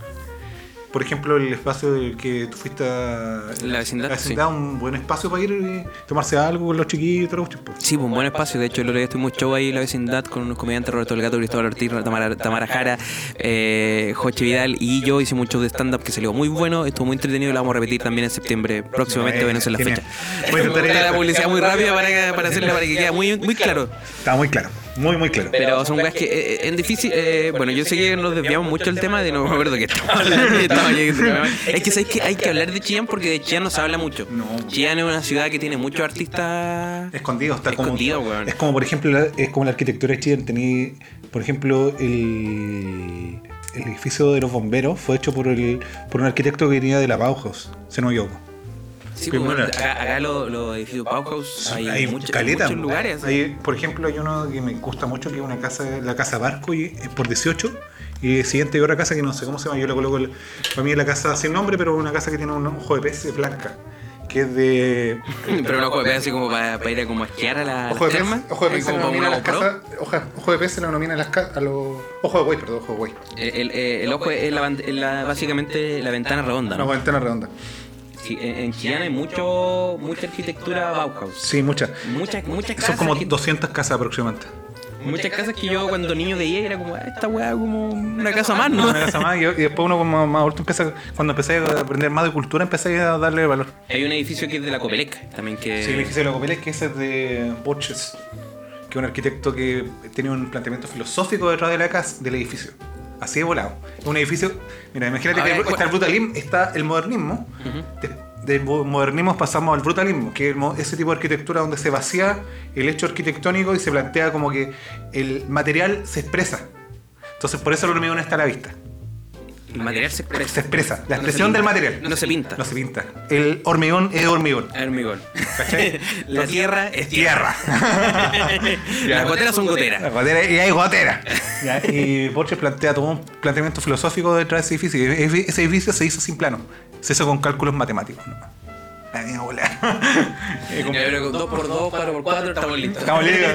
Por ejemplo, el espacio del que tú fuiste a La vecindad, un buen espacio para ir y tomarse algo con los chiquillos y todo los tipos. Sí, pues un buen espacio. De hecho, el otro día estuvimos show ahí en la vecindad con unos comediantes, Roberto El Gato, Cristóbal Ortiz, Tamara, Tamara Jara, eh, Joche Vidal y yo hicimos un show de stand-up que salió muy bueno, estuvo muy entretenido y lo vamos a repetir también en septiembre, próximamente, bueno, esa es la Genial. fecha. Voy a Voy a intentar ir dar a- la publicidad muy rápida para, que- para hacerla para que quede muy, muy claro. Está muy claro, muy, muy claro. Pero son weas que eh, eh, en difícil. eh, bueno, yo sé que nos desviamos mucho del tema de no me acuerdo que estamos hablando. que estamos aquí. es que sabéis que hay que hablar de Chillán porque de Chillán no se habla mucho. No. Chillán es una ciudad que tiene muchos artistas. Escondido, está Escondido, como. weón. Es como, por ejemplo, la, es como la arquitectura de Chile. Tení, por ejemplo, el, el edificio de los bomberos fue hecho por, el, por un arquitecto que venía de la Bauhaus, se no me equivoco. Sí, Qué pues, buena. acá, acá los los edificios Bauhaus hay, Hay mucho- caleta, muchos lugares. hay- por ejemplo, hay uno que me gusta mucho, que es una casa, la casa Barco, y, es por 18. Y el siguiente hay otra casa que no sé cómo se llama, yo la coloco, el- para mí es la casa sin nombre, pero una casa que tiene un ojo de pez blanca, que es de Pero un ojo de pez así como para, para ir a como a esquiar a la Ojo de pez, terma. ojo de pez se como para denomina una a las GoPro. casas. hoja- Ojo de pez se denomina a las casas. A los. Ojo de buey, perdón, ojo de buey. El, eh, el- el ojo es la, van- es la- básicamente la ventana redonda. Una ¿no? ventana redonda. Sí, en, en Chillán hay mucho, mucha arquitectura Bauhaus. Sí, muchas. Muchas, muchas Son casas. como que- 200 casas aproximadamente. Muchas casas que yo cuando niño veía era como, "Ah, esta weá como una casa más, ¿no? Una casa más y, y después uno como más adulto empieza. Cuando empecé a aprender más de cultura, empecé a darle valor. Hay un edificio que es de la Copelec, también que... Sí, el edificio de la Copela es que ese es de Borges, que es un arquitecto que tenía un planteamiento filosófico detrás de la casa, del edificio. Así de volado. Es un edificio. Mira, imagínate A que ver, está el brutalismo, está el modernismo. De- Del mo- modernismo pasamos al brutalismo, que es el mo- ese tipo de arquitectura donde se vacía el hecho arquitectónico y se plantea como que el material se expresa. Entonces, por eso el hormigón está a la vista. El material se expresa. Se expresa. La No expresión se del pinta. material. No se pinta. No se pinta. El hormigón es hormigón. Hormigón. ¿Cachai? la tierra es tierra. Tierra. Las goteras son goteras. Gotera, y hay gotera. Ya, y Borges plantea todo un planteamiento filosófico detrás de ese edificio. E- Ese edificio se hizo sin plano. Se hizo con cálculos matemáticos. nomás. La mía bola. Y como- Ya, pero 2 por 2, 4 por 4, Eh, estamos listos. Estamos listos.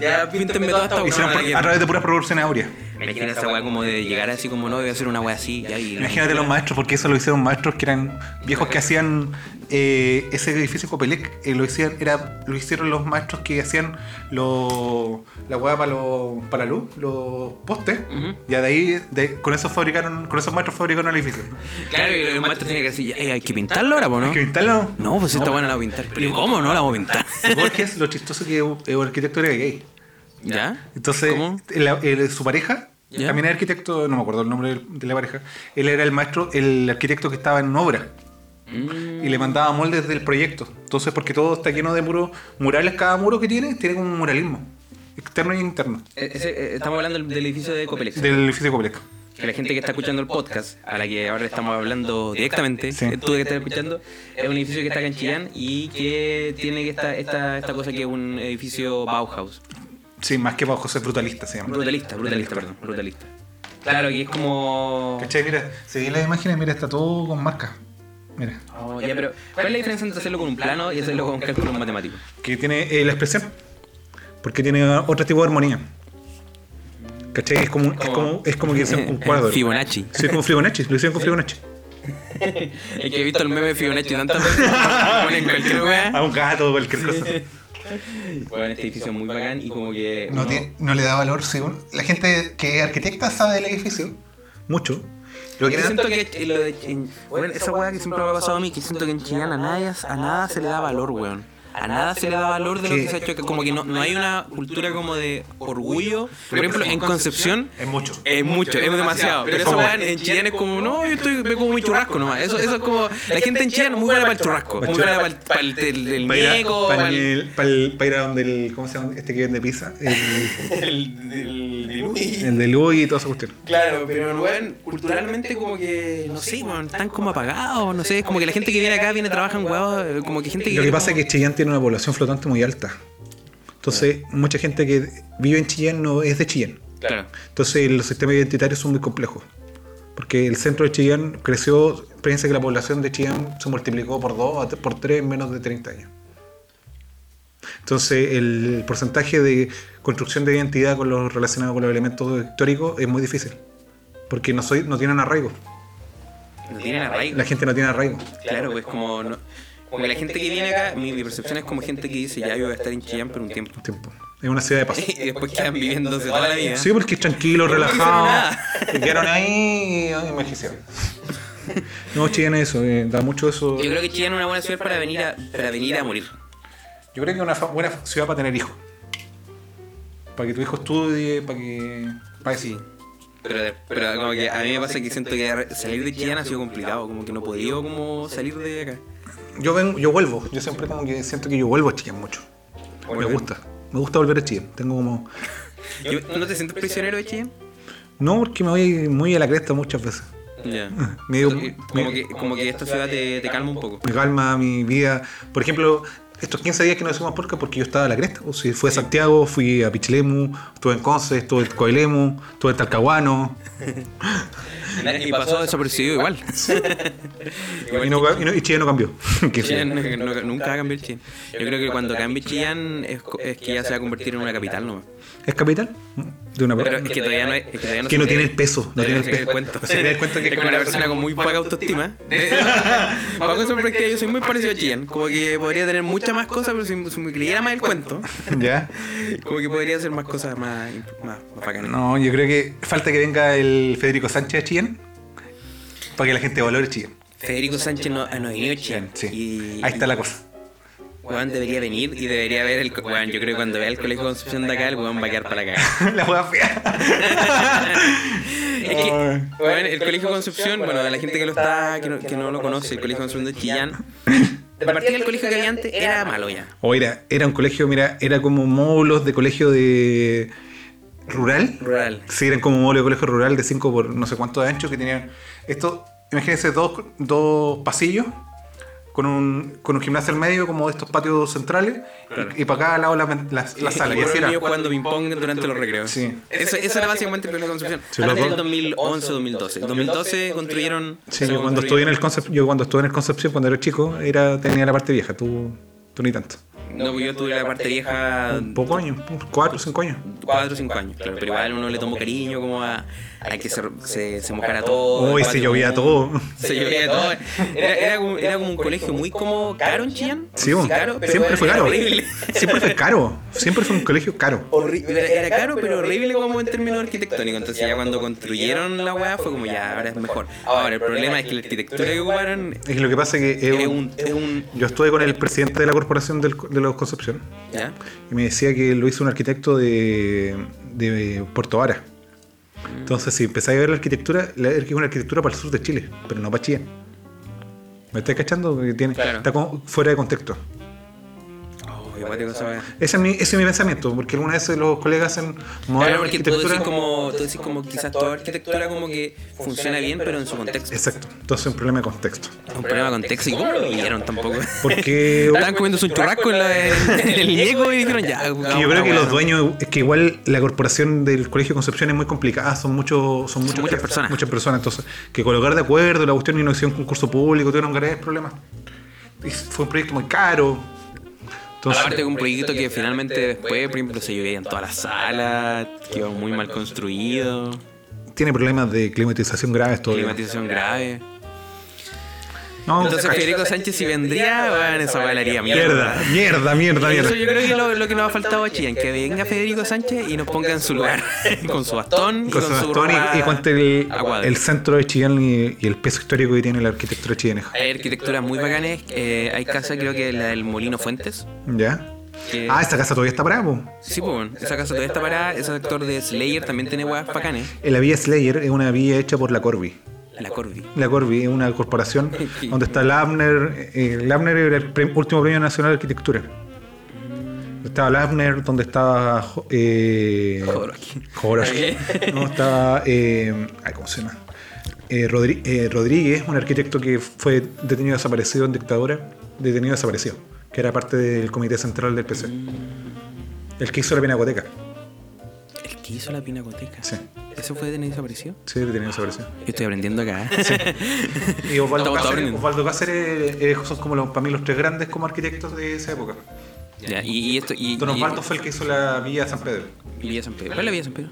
ya, píntenme toda esta Hicieron por- a weá. través de puras proporciones áureas. Imagina esa weá como de llegar así como no, voy a hacer una weá así. Ya, y Imagínate los maestros, porque eso lo hicieron maestros que eran viejos que hacían eh, ese edificio Copelec, eh, lo hicieron, era, lo hicieron los maestros que hacían lo, la hueá para para la luz, los postes, Ujú. y de ahí de- con eso fabricaron, con esos maestros fabricaron el edificio. Claro, y el maestro tiene que decir, "Ey, hay que pintarlo ahora, ¿po ¿no? Que instalaron No, pues esta weá no la voy a pintar. Pero ¿cómo no la voy a pintar? Borges, lo chistoso que el arquitecto era gay. ¿Ya? Entonces, ¿Cómo? el- el- su pareja, Ya. también era arquitecto, no me acuerdo el nombre del- de la pareja, él era el maestro, el arquitecto que estaba en obra. Mm. y le mandaba moldes del proyecto. Entonces, porque todo está lleno de muros, murales, cada muro que tiene, tiene como un muralismo, externo e interno, Eh, ese, eh, estamos hablando del, del edificio de Copelec. del edificio Copelec. que la gente que está escuchando el podcast, a la que ahora le estamos hablando directamente, Sí. eh, tú que estás escuchando, es un edificio que está acá en Chillán y que tiene esta, esta, esta cosa que es un edificio Bauhaus. Sí, más que bajo José Brutalista se llama. Brutalista, brutalista, perdón, brutalista. Claro, que es como... ¿Cachai? Mira, se ve las imágenes, mira, está todo con marcas. Mira, Oh, ya, pero ¿cuál es la diferencia entre hacerlo con un plano y hacerlo con cálculos matemáticos? que tiene eh, la expresión, porque tiene otro tipo de armonía. ¿Cachai? Es como, un- es como, es como que es un cuadro. Fibonacci. Sí, es como Fibonacci, lo hicieron con Fibonacci. Es que he visto el meme de Fibonacci tantas veces, ponen cualquier wea. A un gato, cualquier cosa. Bueno, este edificio es muy bacán y como que. No, uno- tiene- no le da valor. sí. La gente que es arquitecta sabe del edificio. Mucho. Lo que le Yo da- siento que eh, lo de- en- bueno, esa weá que siempre me ha pasado a mí, que siento que en Chillán a nadie, a nada se le da valor, weón. A nada se le da valor de lo Sí. que se ha hecho, que como que no, no hay una cultura como de orgullo. Por ejemplo, en Concepción es mucho. es mucho, es demasiado. Pero esa weá en- en Chillán es como, no, yo estoy, me como mi churrasco nomás. Eso, eso es como, la gente en Chillán es muy buena para el churrasco, muy buena para el, para el, el- el Para ir, a, ñeco, para para el- el- para el- para ir a donde el. ¿Cómo se llama? Este que vende pizza. El, el de Luis y toda esa cuestión. Claro, pero weón, culturalmente como que, no sé, weón, están como apagados, no sé, es como que la gente que viene acá viene, trabaja en huevos, como que gente que... Lo que pasa es que Chillán tiene una población flotante muy alta. Entonces, mucha gente que vive en Chillán no es de Chillán. Claro, Entonces, los sistemas identitarios son muy complejos. Porque el centro de Chillán creció, piensa que la población de Chillán se multiplicó por dos, a tre- por tres en menos de 30 años. Entonces, el porcentaje de construcción de identidad con los relacionado con los elementos históricos es muy difícil. Porque no, soy, no tienen arraigo. no tienen arraigo. La gente no tiene arraigo. Claro, pues como... no- como que la gente que viene acá, mi, mi percepción es como gente que dice, ya yo voy a estar en Chillán por un tiempo. Tiempo. Es una ciudad de paz. Y después quedan viviéndose toda la vida. Sí, porque es tranquilo, Eh, hicieron relajado. nada. Se quedaron ahí y envejecieron. No, Chillán es eso, eh, da mucho eso. Yo creo que Chillán es una buena ciudad para venir a, para venir a morir. Yo creo que es una fa- buena ciudad para tener hijos. Para que tu hijo estudie, para que. Para que sí. Pero, de- pero como que a mí me pasa que siento que salir de Chillán ha sido complicado, como que no he podido como salir de acá. Yo, vengo, yo vuelvo, yo siempre como que siento que yo vuelvo a Chillán mucho. Vuelve. Me gusta. Me gusta volver a Chillán. Tengo como. Yo- ¿No te sientes prisionero de Chillán? No, porque me voy muy a la cresta muchas veces. Ya. Me, dio- Como me- que, como que esta ciudad te, te calma un poco. me calma mi vida. Por ejemplo, estos 15 días que no hicimos podcast porque yo estaba a la cresta. O sea, fui a Santiago, fui a Pichilemu, estuve en Conce, estuve en Coelemu, estuve en Talcahuano. Y pasó desapercibido igual. Y, no- y no- y Chillán no cambió. Que sí. Chillán, no- no- nunca va a cambiar Chillán. Yo creo que cuando cambie Chillán es, co- es que ya se va a convertir en una capital nomás. ¿Es capital? De una Pero es que todavía no, es, es que todavía no Que se no te- tiene el peso, no tiene el se te da peso. cuenta. Se te da cuenta que- es como una persona con muy poca autoestima. Bajo esa perspectiva yo soy muy parecido a Chillán. Como que podría tener muchas más cosas, pero si, si me creyera más el cuento, ¿Ya? como que podría hacer más cosas más, más, más bacanas. No, yo creo que falta que venga el Federico Sánchez a Chillán para que la gente valore Chillán. Federico Sánchez no, no ha venido a Chillán. Sí. Y- Ahí está la cosa. Weón debería venir y debería ver el. co- Weón, yo creo que cuando vea el colegio de Concepción de acá, el weón va a quedar para la cagada. la hueá fea. Es que, weón, el colegio de Concepción, bueno, a la gente que lo está, que no, que no lo conoce, el colegio de Concepción de Chillán. De partida del colegio que había antes era malo ya. O era, era un colegio, mira, era como módulos de colegio de rural. Rural. Sí, eran como módulos de colegio rural de 5 por no sé cuánto de ancho que tenían. Esto, imagínense, dos, dos pasillos con un, con un gimnasio al medio, como de estos patios centrales, Claro. y, para cada lado la, la- la sala. Y Yo así era. cuando ping-pong durante los recreos. Sí. Eso, eso era básicamente el colegio de Concepción. Sí, Ahora los del dos. 2011, 2012. 2012 construyeron. Sí, se yo cuando, estuve en construyeron- el Concep- yo cuando estuve en el Concepción, cuando era chico, era, tenía la parte vieja, tú, tú ni tanto. No, pues yo tuve la parte vieja. Pocos años, cuatro, cinco años. 4 o 5 años, claro, pero igual uno le tomó cariño como a, a que se, se, se mojara todo. Uy, el se patio llovía húmedo. todo. Se llovía todo. Era, era, como, era como un colegio muy como caro en Chillán. Sí, bueno, caro, pero siempre era fue caro. Horrible. Siempre fue caro. Siempre fue un colegio caro. Horri- Era, era caro, pero horrible como en términos arquitectónicos. Entonces ya cuando construyeron la weá fue como ya, ahora es mejor. Ahora, el problema es que la arquitectura que ocuparon Es que lo que pasa es que eh, es un... Es un yo estuve con el presidente de la corporación del- de los Concepción ¿ya? y me decía que lo hizo un arquitecto de, de Puerto Vara. Entonces, si empezáis a ver la arquitectura, la- es que es una arquitectura para el sur de Chile, pero no para Chile. ¿Me estáis cachando? Que tiene, Claro. Está como fuera de contexto. Oh, qué guático esa weá. Ese es, mi, ese es mi pensamiento, porque alguna vez los colegas hacen Claro, modelos de porque tú decís arquitectura. como, tú decís como quizás toda arquitectura como que funciona bien, pero en su contexto. Exacto, entonces es un problema de contexto. Un problema con Texas. ¿Y cómo lo vieron tampoco? Porque Estaban comiendo un churrasco en, la, en el niego y dijeron ya. Que yo creo que los dueños, es que igual la corporación del Colegio Concepción es muy complicada, son muchos, son, muchos- muchas personas. Muchas personas, entonces, que colocar de acuerdo la cuestión y no hicieron un concurso público, tuvieron graves problemas. Y fue un proyecto muy caro. Entonces, Aparte de un proyecto que finalmente después, por ejemplo, se llovía en todas las salas, quedó muy mal construido, tiene problemas de climatización graves todavía. climatización grave. No, Entonces Federico Sánchez si vendría, bueno, esa bailaría mierda. Mierda, mierda, mierda, Eso mierda. yo creo que lo, lo que nos ha faltado a Chillán, que venga Federico Sánchez y nos ponga en su lugar, con su bastón y con, con su bastón ropa y, y cuente el, a cuadro. el centro de Chillán y, y el peso histórico que tiene la arquitectura chilena. Hay arquitecturas muy bacanes, eh, hay casa creo que la del Molino Fuentes. ¿Ya? que- Ah, esta casa todavía está brava. po. Sí, pues bueno, esa casa todavía está parada, ese actor de Slayer también tiene huevas bacanes, La Villa Slayer es una villa hecha por la Corby. la Corby. La Corby es una corporación donde está Labner. eh, Labner era el pre- último premio nacional de arquitectura. Estaba Labner, donde estaba. Jo- Eh, Jodorowsky. Jodorowsky. No, estaba. eh, ay, ¿Cómo se llama? Eh, Rodri- eh, Rodríguez, un arquitecto que fue detenido desaparecido en dictadura. Detenido desaparecido, que era parte del comité central del PC. El que hizo la pinacoteca. El que hizo la pinacoteca. Sí, ¿Eso fue de desaparecido? sí, detenido desaparecido. Yo estoy aprendiendo acá. Y Osvaldo Estamos Cáceres, aprendiendo. Osvaldo Cáceres, eh, son como los, para mí los tres grandes como arquitectos de esa época. Ya, y, y esto. Y, Don y- Osvaldo fue el que hizo la Villa San Pedro. y Villa San Pedro. ¿Cuál es la Villa San Pedro?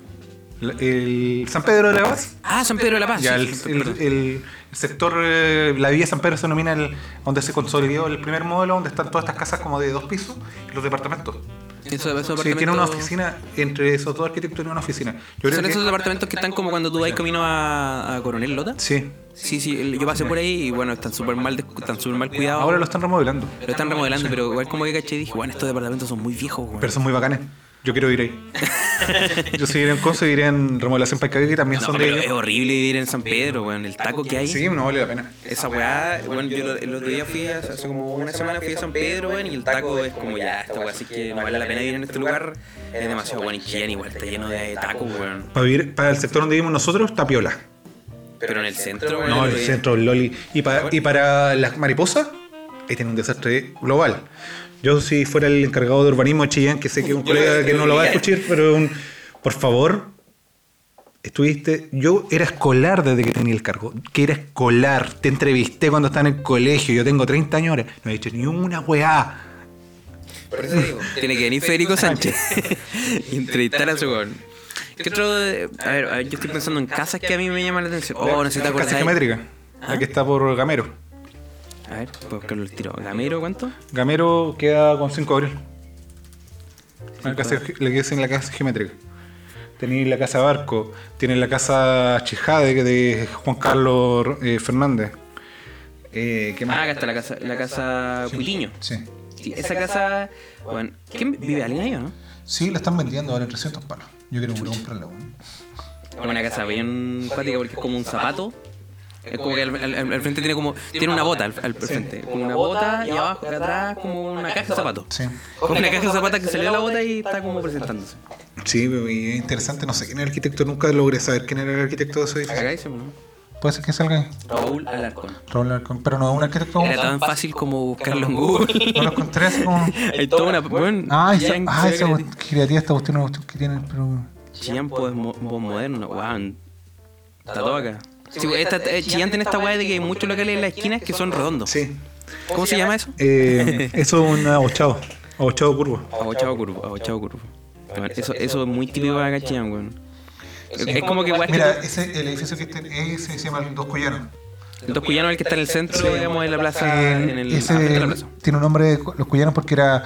La- El San Pedro de la Paz. Ah, San Pedro de la Paz. Ya sí, el, sí, el- perdón. el sector, eh, la Villa San Pedro se denomina el, donde se consolidó el primer modelo, donde están todas estas casas como de dos pisos y los departamentos. Eso- esos Sí, tiene una apartamentos- oficina, entre esos dos arquitectos tiene una oficina. Yo creo Son que- esos departamentos que están como cuando tú vas camino a, a Coronel Lota. sí, Sí, sí, el- yo pasé por ahí y bueno, están súper mal, des- están súper mal cuidados. ahora lo están remodelando, Lo están remodelando, pero igual como que caché dije, bueno, estos departamentos son muy viejos, güey. pero son muy bacanes. Yo quiero ir ahí. Yo seguiré en Conce, iré en remodelación Paicaví, que también No, son de pero ellos. es horrible vivir en San Pedro, güey. El taco que hay. Sí, no vale la pena. Esa weá, bueno, yo lo- el otro día fui, a- hace como una semana fui a San Pedro, weón, y el taco es como ya, esta weá, así que no vale la pena vivir en este lugar. Es demasiado bueno, y Chillán igual está lleno de tacos, weón. Para, vivir- para el sector donde vivimos nosotros está piola. Pero en el centro, weón. No, el el otro día- centro, el Loli. Y, pa- y para las mariposas, ahí tiene un desastre global. Yo si fuera el encargado de urbanismo de Chillán, que sé que es un Yo creo colega que que no lo va a debería. escuchar, pero un, por favor, estuviste... Yo era escolar desde que tenía el cargo. Que era escolar. Te entrevisté cuando estaba en el colegio. Yo tengo 30 años ahora. No he dicho ni una weá. Por eso digo, tiene que venir Federico Sánchez y entrevistar a su weón. ¿Qué otro? de- A ver, a ver, yo estoy pensando en casas que a mí me llaman la atención. Oh, no sé si te Casa acuerdas. geométrica. Ah. La que está por Gamero. A ver, puedo buscarlo el tiro. ¿Gamero cuánto? Gamero queda con 5 abril. La casa, le queda sin la casa geométrica. Tenéis la casa Barco, tiene la casa Chijade que de Juan Carlos eh, Fernández. Eh, ¿Qué Ah, más? acá está la casa, la casa Cuitiño. Sí. Sí, esa casa, bueno, ¿quién vive alguien ahí o no? Sí, la están vendiendo ahora en 300 palos. Yo quiero comprarla. weón. Es una casa bien cuática porque es como un zapato. Es como que al, al- al- al frente tiene como. Tiene una bota al, al frente. Como una bota y abajo, acá atrás, como una caja de zapatos. Sí. Como una caja de zapatos que salió de la bota y está como presentándose. Sí, y es interesante. No sé quién era el arquitecto. Nunca logré saber quién era el arquitecto de ese Acá edificio. dice, pues, ¿no? Puede ser que salga ahí. Raúl Alarcón. Raúl Alarcón, Pero no, un arquitecto. Era tan fácil como buscarlo en Google. No lo encontré así como. Hay toda una. Bueno, Ah, esa, Chillán, ah, se esa ve cuestión creativa, esta cuestión, una cuestión que tiene el programa. que- Chillán moderno. Wow. Está todo acá. Sí, esta- eh, Chillán tiene esta weá de que hay muchos locales en las esquinas que son redondos. Sí. ¿Cómo se llama eso? Eh, eso es un abochado. Abochado curvo. Abochado curvo, abochado curvo. Bueno, eso, eso es muy típico de acá, Chillán, weón. Es es como que weón, Mira, ese, el edificio que está ese se llama el Dos Collanos. dos cuyanos el que está en el centro, digamos, de la plaza, Eh, en el ese ah, frente a la plaza. tiene un nombre de Los Collanos porque era.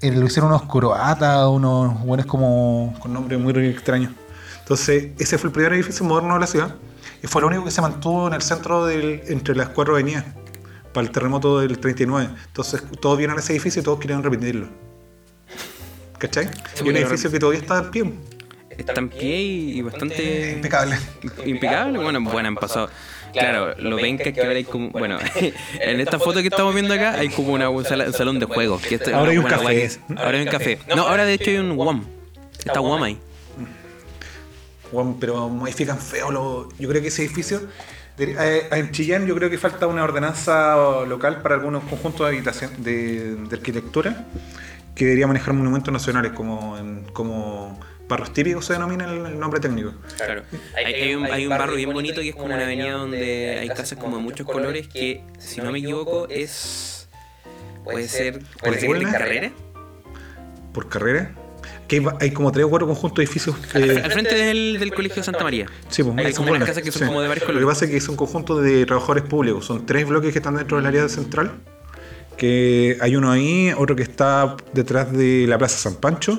eh, lo hicieron unos croatas, unos buenos como. con nombres muy extraños. Entonces, ese fue el primer edificio moderno de la ciudad. Y fue lo único que se mantuvo en el centro del, entre las cuatro avenidas. Para el terremoto del 39. Entonces, todos vieron ese edificio y todos querían repetirlo. ¿Cachai? Y un porque- edificio que todavía está en pie. Está en pie y, y bastante Impecable. impecable. Bueno, bueno, han pasado. Claro, lo ven que es que ahora hay como. Bueno, en esta foto que estamos viendo acá hay como una- un sala- un salón de juegos. que esto es Ahora una hay un buena café. guay que- Ahora hay un café. No, ahora de hecho hay un WAM. Está WAM ahí. Weón, pero modifican feo. lo- yo creo que ese edificio. de- eh, en Chillán, yo creo que falta una ordenanza local para algunos conjuntos de habitación de, de arquitectura que debería manejar monumentos nacionales, como, en- como barros típicos se denomina el, el nombre técnico. Claro. Hay, hay un, hay un barrio bien bonito que es como una avenida donde hay casas como de muchos colores que, si no me equivoco, es. Puede ser. ¿Puede ser ¿Puede de ser? carrera? Por carrera. que hay, hay como tres o cuatro conjuntos de edificios. Que, Al frente del, del Colegio Santa María. sí, pues, Hay son como unas buenas, casas que son sí. como de varios Lo que colores. pasa es que son conjuntos de trabajadores públicos. Son tres bloques que están dentro del área central. Que hay uno ahí, otro que está detrás de la Plaza San Pancho.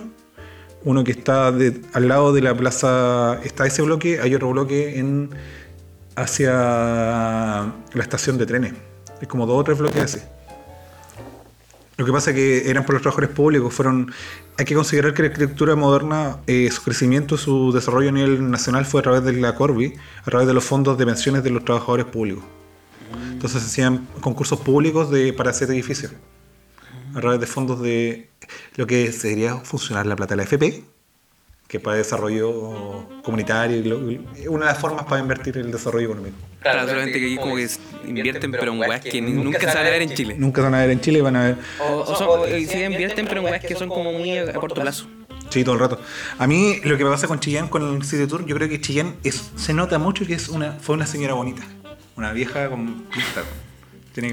Uno que está de- al lado de la plaza. Está ese bloque. Hay otro bloque en hacia la estación de trenes. Es como dos o tres bloques así. Lo que pasa es que eran por los trabajadores públicos, fueron. Hay que considerar que la arquitectura moderna, eh, su crecimiento, su desarrollo a nivel nacional fue a través de la Corby, a través de los fondos de pensiones de los trabajadores públicos. Entonces se hacían concursos públicos de, para hacer edificios, a través de fondos de lo que sería funcionar la plata de la FP, que es para desarrollo comunitario, y lo- y una de las formas para invertir en el desarrollo económico. Claro, solamente que ellos como que invierten, pero en weas que ni- nunca se van a ver en Chile. Nunca se van a ver en Chile, van a ver O, o son- o- y sí invierten, pero en weas que son como muy a, a corto plazo. Sí, todo el rato. A mí lo que me pasa con Chillán, con el City Tour, yo creo que Chillán es, se nota mucho que es una, fue una señora bonita. Una vieja con pinta. Tiene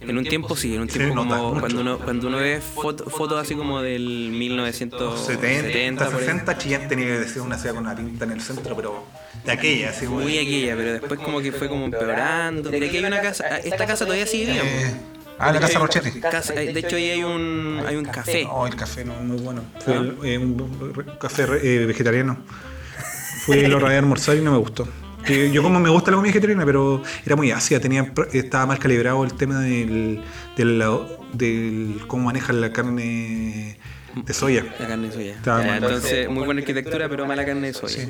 que- En un tiempo sí, en un Se tiempo nota como mucho. cuando uno, cuando uno ve foto- fotos así como del 1970, 70, 70, Oh, por ahí. 60, Chillán tenía que ser una ciudad con una pinta en el centro, pero de aquella, así como- muy aquella, pero después como que fue como empeorando. Mira, aquí hay una casa, ah, esta casa todavía sigue, digamos. Eh, ah, la Casa Rochetti. Casa- eh, de hecho ahí hay un, hay un café. Oh, el café no es muy bueno. Fue el- eh, un re- café re- eh, vegetariano. Fue el hora de almorzar y no me gustó. Que yo como me gusta la comida vegetariana, pero era muy ácida, tenía, pr- estaba mal calibrado el tema del, del, del cómo manejan la carne de soya. La carne de soya. Está Ya, mal. entonces, muy buena arquitectura, pero mala carne de soya.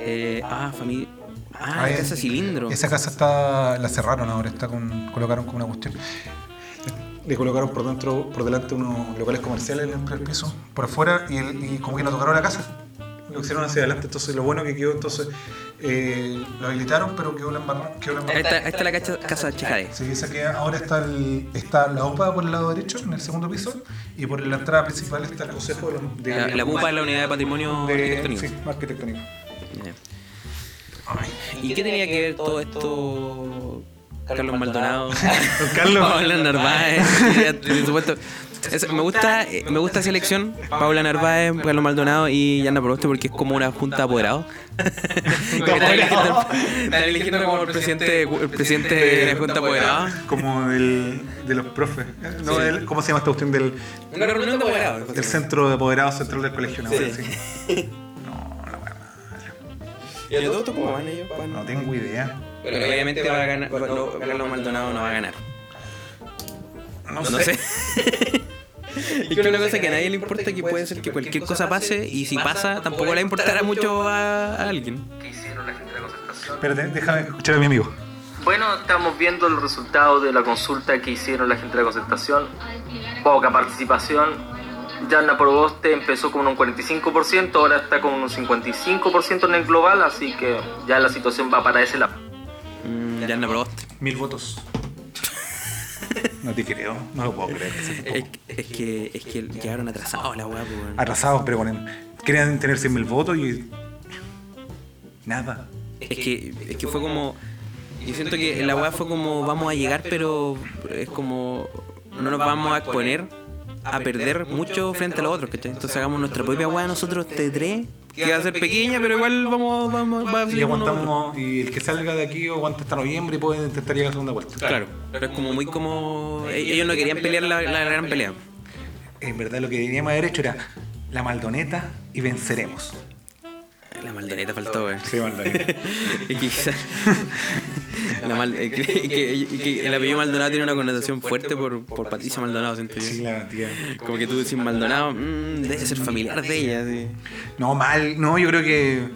Eh, ah, familia. Ah, la casa cilindro. Esa casa está, la cerraron ahora, está con, colocaron como una cuestión. Le colocaron por dentro, por delante unos locales comerciales en el primer piso, Por afuera y, el- y como que no tocaron la casa. lo hicieron hacia adelante, entonces lo bueno que quedó, entonces eh, Lo habilitaron, pero quedó la embarrada. Quedó la embarrada. Esta, esta es la cacha- casa Chejade. Sí, esa que ahora está, el- está la OPA por el lado derecho, en el segundo piso, y por la entrada principal está el Consejo de los... de- La, la pupa es la unidad de patrimonio de- arquitectónico. sí, arquitectónico. Ya. ¿Y qué tenía que ver todo esto? Carlos Maldonado, Carlos. Paula Narváez, ya, por supuesto. Es- me gusta, eh, me gusta esa elección, Paula Narváez, Carlos Maldonado y Yana Proboste porque es como una junta de apoderados. Porque Están eligiendo- están eligiendo como el presidente, el Eh, presidente de la junta de apoderados. como del, de los profes. Eh, No, Sí. del- ¿Cómo se llama esta cuestión del, Una reunión de apoderados. del centro de apoderados central del colegio? una Sí. wea así? ¿Y a todo esto cómo van ellos? Van- No tengo idea. Pero obviamente va a ganar, va- no, Carlos Maldonado no va a ganar. No, No sé. Es que una cosa que a nadie le importa que puede ser que cualquier cosa pase y si pasa tampoco le va a importar a mucho a, a alguien. que hicieron la gente de la concertación. Espérate, déjame escuchar a mi amigo. Bueno, estamos viendo los resultados de la consulta que hicieron la gente de la concertación. Poca participación. Yanna Proboste empezó con un 45%, ahora está con un 55% en el global, así que ya la situación va para ese lado. Mm, ya no probaste. Mil votos. No te creo, no lo puedo creer. sí. Es, es que es que llegaron atrasados la weá, pues, weón. Atrasados, pero con el- querían tener 100 mil votos y. Nada. Es que, es que fue como. Yo siento que la weá fue como vamos a llegar, pero es como. No nos vamos a exponer a perder mucho frente a los otros, ¿cachai? Entonces hagamos nuestra propia weá nosotros de tres, que va a ser pequeña, pero igual vamos, vamos, va a Y ser uno- aguantamos, y el que salga de aquí aguanta hasta noviembre y puede intentar llegar a la segunda vuelta. Claro, pero es como muy como. eh, Ellos no querían pelear la, la gran pelea. En verdad, lo que deberíamos haber hecho era la maldoneta y venceremos. La maldoneta faltó, güey. Sí, maldoneta. Y quizás. La mal- eh, que, que- que el apellido Maldonado tiene una connotación fuerte por, por Patricia Maldonado, siento yo. Sí, la tía. Como que tú decís Maldonado, mm, debe ser familiar de ella. sí. No, mal. No, yo creo que.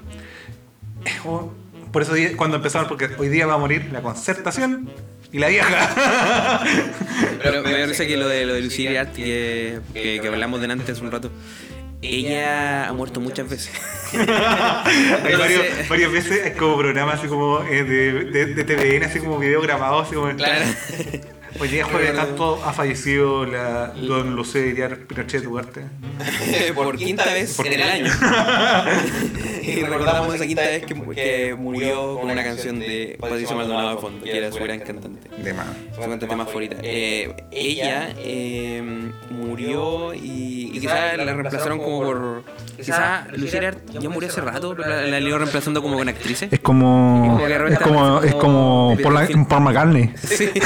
Oh, Por eso di- cuando empezaron, porque hoy día va a morir la concertación y la vieja. Pero me parece que lo de, lo de Lucille Art, que, que, que hablamos delante hace un rato, ella ha muerto muchas veces. Hay Entonces- varios, varias veces hay como programas así como eh, de, de, de TVN, así como video grabado, así como. Claro. Hoy día jueves tanto ha fallecido la don Lucía Iriar Pinochet Duarte. Por quinta vez en el año. y recordamos esa quinta vez que, que murió con una canción de Patricio Maldonado de fondo, que era su gran cantante. De más. Su cantante más favorita. Eh, ella eh, murió y, y quizás la reemplazaron como por. Quizás Luis Gerard ya murió hace rato, pero la, la han ido reemplazando como con actrices. Es como. Como que de Es repente como. aparece Es como. como- Paul, la- Paul McCartney. Sí.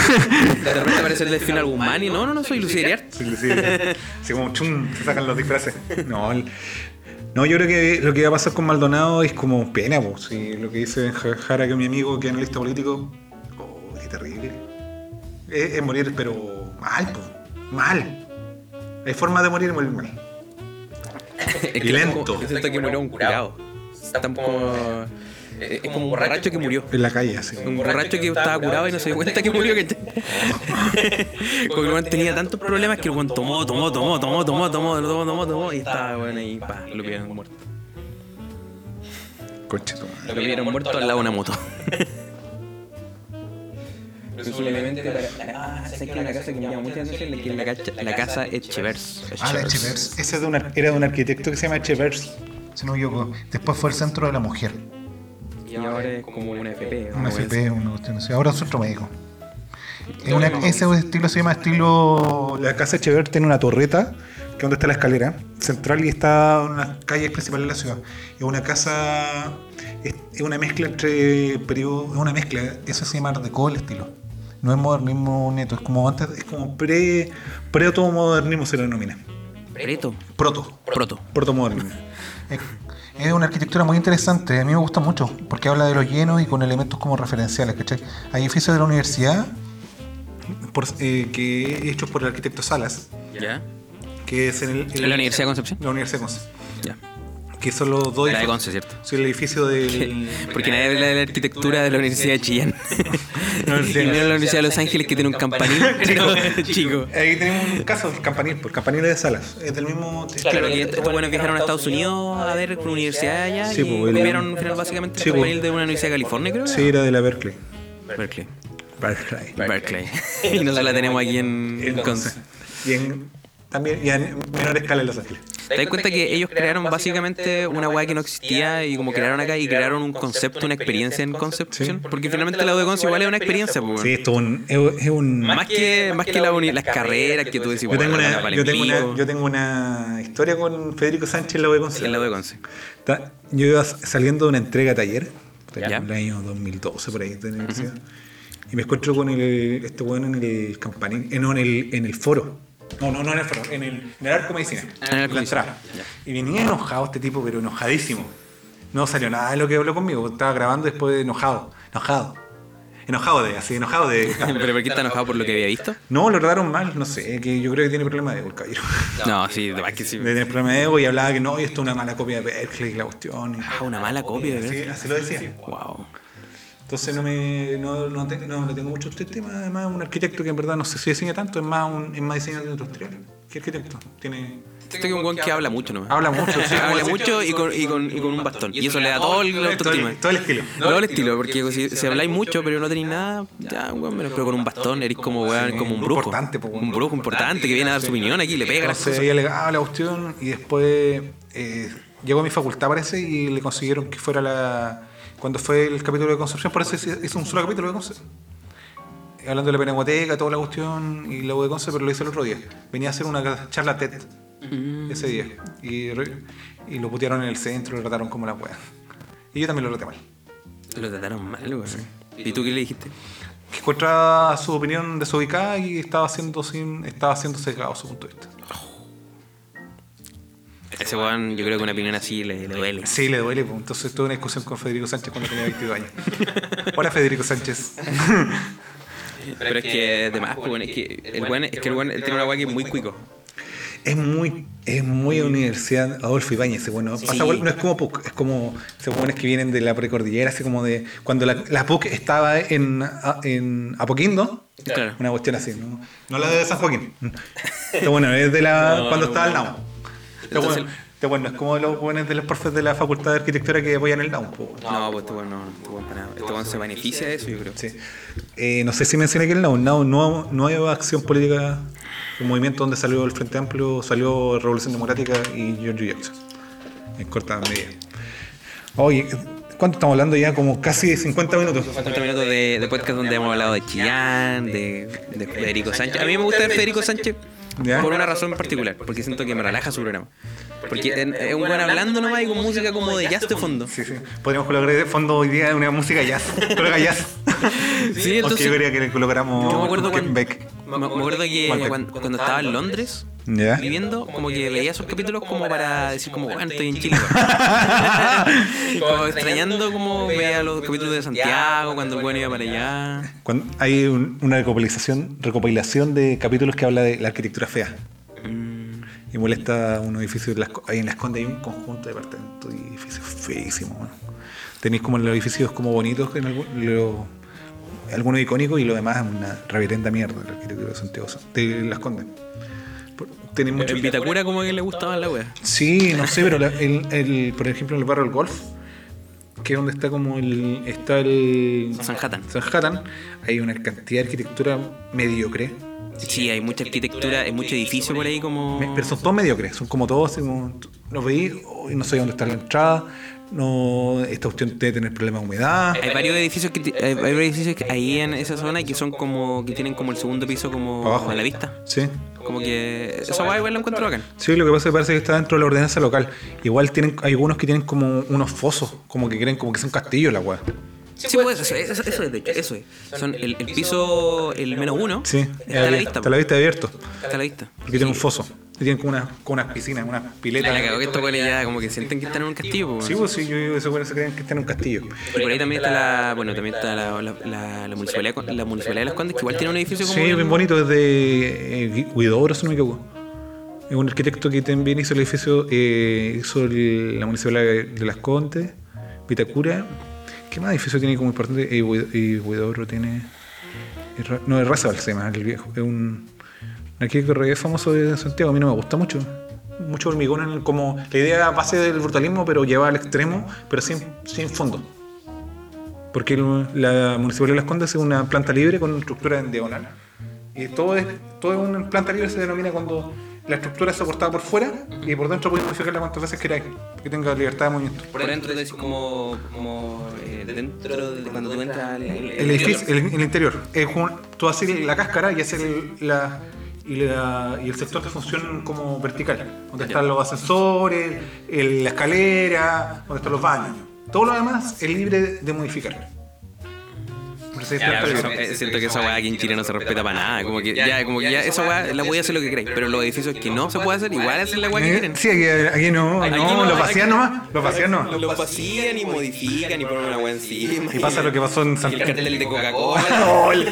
De repente aparece el delfín algún man y no, no, no soy Luis Gerard. Sí, sí. Así como chum, se sacan los disfraces. No, el- no, yo creo que lo que va a pasar con Maldonado es como pena, po. Sí, lo que dice Ja- Jara, que mi amigo, que es analista político, oh, qué terrible. Es, es morir, pero mal, po. Mal. Hay formas de morir, morir mal. Es Y lento. como- Siento que murió un curado. Está como- eh, Es como un borracho que murió. En la calle, así. Un borracho que estaba curado y no se dio cuenta que murió. Que... Porque el weón tenía tantos problemas que el weón tomó, tomó, tomó, tomó, tomó, tomó, tomó, tomó, tomó y estaba bueno ahí, pa, lo vieron muerto. Concha tu madre. Lo vieron muerto al lado de una moto. Presumiblemente la, casa que una casa que me llama mucha atención es que la, cacha- la casa Echevers. Ah, la Echevers. Echevers. Ese es de un ar- era de un arquitecto que se llama Chevers. Si no me equivoco. Después fue el centro de la mujer. Y ahora es como una FP. Una FP, una cuestión así. Ahora es otro médico. Es una- ese estilo se llama estilo. La casa Echever tiene una torreta, que es donde está la escalera central y está en las calles principales de la ciudad. Es una casa, es, es una mezcla entre periodo, es una mezcla, Eso se llama Art Deco el estilo. No es modernismo neto, es como antes. es como pre, protomodernismo se lo denomina. Preto. Proto, Proto. protomodernismo. Es, es una arquitectura muy interesante, a mí me gusta mucho, porque habla de los llenos y con elementos como referenciales, ¿cachai? Hay edificios de la universidad, Por, eh, que hechos por el arquitecto Salas, ¿Ya? que es en, el, ¿En la Universidad de Concepción? la Universidad de Conce, Ya. que son los dos La de edificios- Conce, ¿cierto? Sí, el edificio del Porque nadie habla de la arquitectura de la Universidad de Chillán. No, Y menos la Universidad de Los Ángeles que tiene un campanil chico. chico. Ahí tenemos un caso, el campanil, por campanil de Salas, es del mismo Claro, que estos buenos viajaron a Estados Unidos a ver una universidad allá Sí, y pues, el- vieron al final, básicamente el Sí, pues. campanil de una universidad de California, creo. Sí, era de la Berkeley. Berkeley. Berkeley. Berkeley. y nosotros la tenemos aquí en, en Conce. Y en, también y en menor escala en Los Ángeles. ¿Te das cuenta que ellos crearon básicamente una weá que no existía y como crearon acá y crearon un concepto, una experiencia en Concepción? Sí. Porque finalmente la U de Conce igual es una experiencia, pues. Sí, esto es un, es es un- Más que, más que la uni- las carreras que tú decís, yo, tengo bueno, una, la valen yo, tengo pico. una, yo tengo una historia con Federico Sánchez en la web En la U de Conce. Ta- Yo iba saliendo de una entrega de taller, en Ya. el año 2012 por ahí, de la universidad, y me encuentro con el, este weón en el campanil, eh, no, en el, en el foro. No, no, no en el foro, en el, en el arco medicina. Ah, en el arco la medicina, entrada. Y venía enojado este tipo, pero enojadísimo. No salió nada de lo que habló conmigo, estaba grabando después enojado, enojado. Enojado de, así, enojado de. ¿Pero por qué está enojado por lo que había visto? No, lo trataron mal, no sé, que yo creo que tiene problemas de ego el caballero. No, sí, de verdad que sí. De tener problemas de ego y hablaba que no, y esto es una mala copia de Berkeley, la cuestión. y- Ah, una mala copia, de Sí, verdad. así lo decía. Wow. Entonces no me no, no, te- no le tengo mucho a este tema. Además, un arquitecto que en verdad no sé si diseña tanto, es más un es más diseñador industrial. ¿Qué arquitecto? Tiene Este que es un buen que habla mucho nomás. habla mucho, sí, Habla como- mucho y con, y, con, y con un bastón. Y eso le da todo el todo, autoestima. el, todo el estilo. No el estilo, porque si, si habláis mucho pero no tenéis nada, ya, weón, menos. Pero con un bastón eres como, weón, como un brujo. importante, po, weón. Un brujo importante que viene a dar su opinión aquí, le pega las Entonces cosas. ella le ah, la cuestión y después eh, llegó a mi facultad parece y le consiguieron que fuera la cuando fue el capítulo de Concepción parece que hizo un solo capítulo de Concepción hablando de la penagoteca toda la cuestión y la U de Conce pero lo hice el otro día venía a hacer una charla TED ese día y, re- y lo putearon en el centro lo trataron como la wea y yo también lo traté mal Lo trataron mal, weón. ¿Y tú qué le dijiste? que encontraba su opinión desubicada y estaba siendo sin estaba siendo sesgado su punto de vista A Ese weón, yo creo que una opinión así le, le duele. Sí, le duele. pues. Entonces tuve una discusión con Federico Sánchez cuando tenía 22 años. Hola, Federico Sánchez. Pero es que, además, weón, es que el weón, es que el weón tiene una weá que es muy cuico. Es muy, es muy universidad Adolfo Ibáñez. ese Bueno, pasa, igual, no es como PUC, es como se supone que vienen de la precordillera, así como de cuando la, la PUC estaba en, a- en Apoquindo. Claro. Una cuestión así, ¿no? No la de San Joaquín. Pero bueno, es de la. cuando estaba el NAUM. Pero bueno, Entonces- pero bueno, es como los jóvenes de los profes de la Facultad de Arquitectura que apoyan el NAUM. pues. No, pues este weón no, este weón para nada. Este weón se beneficia de eso, yo creo. Sí. Eh, no sé si mencioné que el NAU, NAU, no Nueva Acción Política, un movimiento donde salió el Frente Amplio, salió Revolución Democrática y George Jackson, en corta medida. Oye, ¿cuánto estamos hablando ya? Como casi de 50 minutos. 50 minutos de, de podcast donde hemos hablado de Chillán, de, de Federico Sánchez. A mí me gusta ver Federico Sánchez Ya. por una razón en particular, porque siento que me relaja su programa. Porque es- es un buen hablando nomás y con música como de jazz de fondo. Sí, sí. Podríamos colocar de fondo hoy día una música jazz. Coloca jazz. Sí, Porque entonces. yo quería que le colocáramos Yo me acuerdo cuando, Beck. me me acuerdo que Malbec. cuando, cuando estaba en Londres Ya. viviendo, como que veía esos capítulos como para decir como, bueno, estoy en Chile. weón". como extrañando como veía los capítulos de Santiago, cuando el bueno iba para allá. Cuando- hay un- una recopilación, recopilación de capítulos que habla de la arquitectura fea. Y molesta un edificio de las, Co- ahí en las Condes hay un conjunto de apartamentos y edificios feísimos. weón. Tenéis como los edificios como bonitos, en algu- lo- algunos icónicos y lo demás es una reverenda mierda de la arquitectura de Santiago de las Condes. Por- Tenéis mucho En Vitacura como que le gustaban la wea. Sí, no sé, pero la- el, el- por ejemplo en el barrio del golf, que es donde está como el. está el. Sanhattan. Sanhattan, hay una cantidad de arquitectura mediocre. Sí, hay mucha arquitectura, hay mucho edificio por ahí como... Me- Pero son todos mediocres, son como todos, así como, los veí, "Uy, no sé dónde está la entrada, no, esta cuestión debe tener problemas de humedad. Hay varios edificios que ti- hay, hay varios edificios que ahí en esa zona que son como que tienen como el segundo piso como Para abajo. a la vista. Sí. Como que esa guay igual la encuentro bacán. Sí, lo que pasa es que parece que está dentro de la ordenanza local. Igual tienen, hay algunos que tienen como unos fosos, como que creen como que son castillos la weá. Sí, pues eso, eso, eso es, de hecho, eso es. Son el, el piso, el menos uno, Sí, está a la vista. Está a la vista abierto. Está a la vista. Porque tiene un foso. Y tienen como unas como unas piscinas, unas La piletas. cagó que estos güeyes ya como que sienten que están en un castillo, pues. Sí, pues sí, yo digo, esos güeyes se creen que están en un castillo. Y por ahí también está la, bueno, también está la, la, la, la municipalidad, la municipalidad de Las Condes, que igual tiene un edificio como... Sí, bien bonito, es de eh, Gui- Guidobro, si no me equivoco. Es un arquitecto que también hizo el edificio, eh, hizo el- la municipalidad de, de Las Condes, Vitacura. ¿Qué más edificio tiene como importante? Eh, Guid- Y Guidobro tiene. es Ra- No, es Razabal se llama, el viejo. Es un, un arquitecto re famoso de Santiago, a mí no me gusta mucho. Mucho hormigón, en el- como la idea base del brutalismo, pero llevada al extremo, pero sin, sin fondo. Porque el- la Municipalidad de Las Condes es una planta libre con una estructura en diagonal. Y todo es, todo es una planta libre se denomina cuando la estructura es soportada por fuera y por dentro podéis modificarla cuantas veces queráis, que tenga libertad de movimiento. Por dentro es como, como eh, dentro de cuando tú entras al al- El edificio, el, el interior, es un- tú haces la cáscara y haces el- la, y, la- y el sector te funciona como vertical, donde están los ascensores, el- la escalera, donde están los baños. Todo lo demás es libre de modificar. Por eso es Ya, planta pero libre. eso- eh, siento que esa weá aquí en Chile no se respeta para nada. Como que ya, como que ya esa weá la voy a hacer lo que queráis. Pero los edificios que no se puede hacer, igual hacen la weá que Eh, quieren. Sí, aquí, aquí no, Aquí no, no, lo aquí- vacían nomás, lo vacían nomás. Lo vacían y modifican y ponen una weá encima. Y pasa lo que pasó en El Santiago. cartel de Coca-Cola.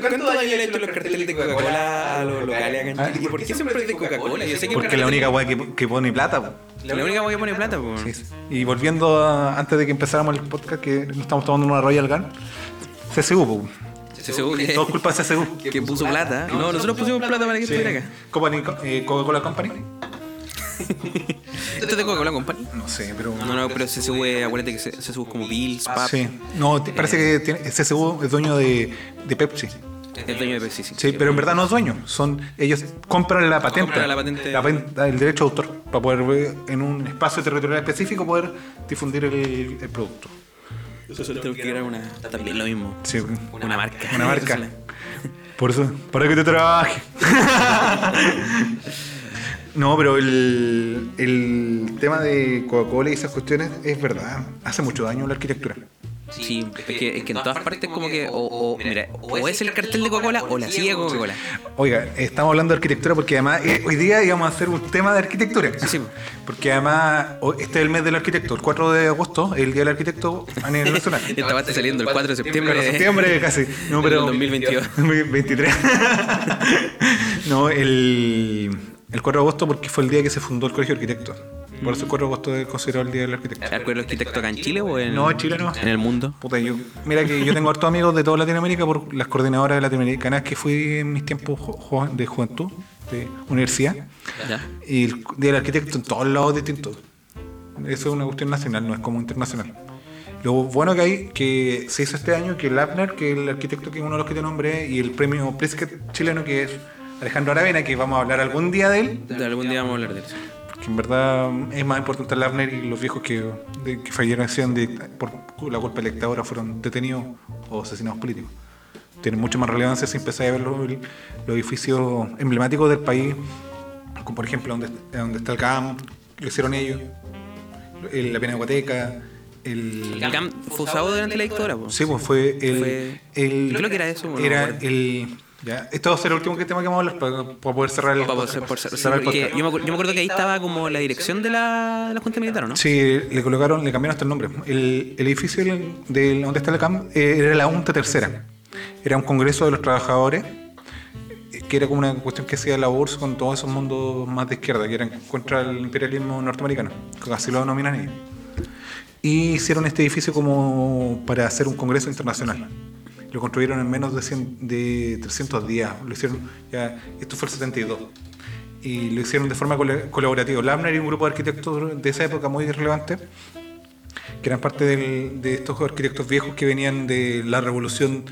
¿Cuánto daño le han hecho los carteles de Coca-Cola a los locales acá en Chile? ¿Y por qué siempre es de Coca-Cola? Yo sé que Ah, Porque es la única weá que, que pone plata. po. La única weá que pone plata, po. Y volviendo a- antes de que empezáramos el podcast, que nos estamos tomando una Royal Gun, CSU, po. CSU que- todo es culpa de CSU. que puso plata. No, nosotros pusimos plata para que estuviera acá. Company- eh, Coca-Cola Company. Esto Este es de Coca-Cola, compadre. No sé, pero. No, no, pero se sube, acuérdate que se, se sube como Bills, Pap. Sí, no, te- parece Eh. que tiene- CSU es dueño de, de Pepsi. El dueño de Pepsi, sí. Sí, pero en verdad no es dueño. Son, ellos compran la patente, Compran la patente. la patente- el derecho de autor, para poder eh, en un espacio territorial específico poder difundir el, el producto. Nosotros tenemos que crear una. También lo mismo. Sí, Una marca. una marca. Por eso, para que te trabaje. No, pero el, el tema de Coca-Cola y esas cuestiones es verdad. Hace mucho daño a la arquitectura. Sí, es que, es que en todas partes, como que. O, o- mira, o es el cartel de Coca-Cola o la silla de Coca-Cola. Oiga, estamos hablando de arquitectura porque además eh, hoy día íbamos a hacer un tema de arquitectura. Ah, Sí. Porque además hoy- este es el mes del arquitecto, el 4 de agosto, el día del arquitecto a nivel nacional. Esta va a estar saliendo el 4 de septiembre. Pero septiembre casi. No, pero Del 2022. 23. no, el, el 4 de agosto porque fue el día que se fundó el Colegio de Arquitectos. Por eso el 4 de agosto es considerado el día del arquitecto. ¿Acuerdo arquitecto acá en Chile o Ah, en.? No, en Chile no. En el mundo. Puta, yo, mira que yo tengo hartos amigos de toda Latinoamérica por las coordinadoras latinoamericanas que fui en mis tiempos jo- jo- de juventud, de universidad. Ya. Y el Día del Arquitecto en todos lados distintos. Eso es una cuestión nacional, no es como internacional. Lo bueno que hay, que se hizo este año, que el Abner, que el arquitecto que es uno de los que te nombré, y el premio Pritzker chileno, que es Alejandro Aravena, que vamos a hablar algún día de él, Algún día vamos a hablar de eso. que en verdad es más importante el Abner y los viejos que, de- que fallecieron en acción de- por la culpa de la dictadura fueron detenidos o asesinados políticos. Tienen mucho más relevancia si empezáis a ver los, los edificios emblemáticos del país, como por ejemplo donde, donde está el CAM, lo hicieron ellos, el- la Pinacoteca, el... El CAM fue usado durante la dictadura, po. Sí, pues fue el. Fue- el- creo que era eso, bueno, Era no me acuerdo. el. Ya, esto va a ser el último que tema que vamos a hablar para, para poder cerrar el Pa- pa- podcast. por- por- sí, Cerrar el porque podcast. yo, me, acu- yo me acuerdo que ahí estaba como la dirección de la, de la Junta Militar, ¿o ¿no? Sí, le colocaron, le cambiaron hasta el nombre. El, el edificio del, del- donde está la CAM eh, era la UNTA Tercera. Era un congreso de los trabajadores, eh, que era como una cuestión que hacía la URSS con todos esos mundos más de izquierda, que eran contra el imperialismo norteamericano, que así lo denominan ellos. Y hicieron este edificio como para hacer un congreso internacional. Lo construyeron en menos de, 100 de 300 días. Lo hicieron ya, esto fue el 72. Y lo hicieron de forma cole- colaborativa. Lamner y un grupo de arquitectos de esa época muy relevante, que eran parte del- de estos arquitectos viejos que venían de la revolución,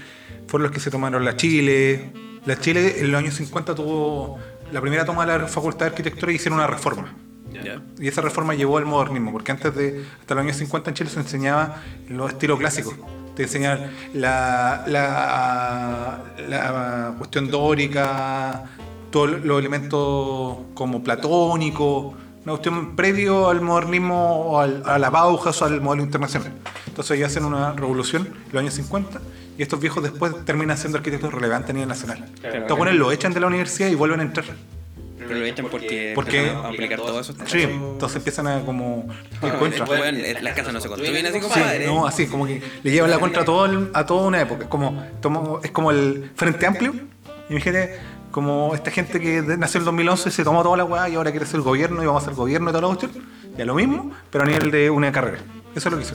fueron los que se tomaron la Chile. La Chile en los años 50 tuvo la primera toma de la Facultad de Arquitectura y hicieron una reforma. Ya. Y esa reforma llevó al modernismo, porque antes de, hasta los años 50 en Chile se enseñaba los estilos clásicos. Te enseñaban la, la, la cuestión dórica, todos los elementos como platónico, una cuestión previo al modernismo o al- a la Bauhaus o al modelo internacional. Entonces ellos hacen una revolución en los años 50 y estos viejos después terminan siendo arquitectos relevantes a nivel nacional. Estos buenos lo echan de la universidad y vuelven a entrar. Pero lo echan porque, Porque- empezaron a aplicar todo eso. Sí, entonces empiezan a como... encuentran. Bueno, eh, las casas no se construyen así, Sí, compadre. no, así como que le llevan la contra a, todo el- a toda una época. Es como, tomo- es como el Frente Amplio. Imagínate, como esta gente que de- nació en el 2011 se tomó toda la weá y ahora quiere ser gobierno y vamos a ser gobierno y toda la cuestión. Ya lo mismo, pero a nivel de una carrera. Eso es lo que hizo.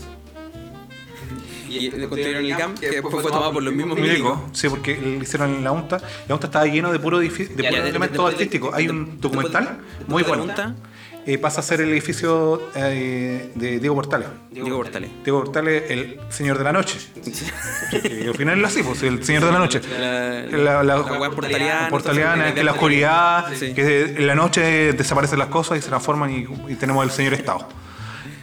Y eh, construyeron el CAM, que después fue tomado por los mismos milicos. Sí, porque le hicieron la UNTA. La UNTA estaba lleno de puro, edifi- de Ya, puro ya, de- elementos después de- artísticos. Hay un después de- documental después muy de la bueno. UNTA. Eh, pasa a ser el edificio eh, de Diego Portales. Diego Portales. Diego Portales, el señor de la noche. Y al final lo así, pues, el señor de la noche. La- la, la- la wea portaliana, portaliana, entonces, que la de- oscuridad, Sí. que en la noche desaparecen las cosas y se transforman y, y tenemos el señor Estado.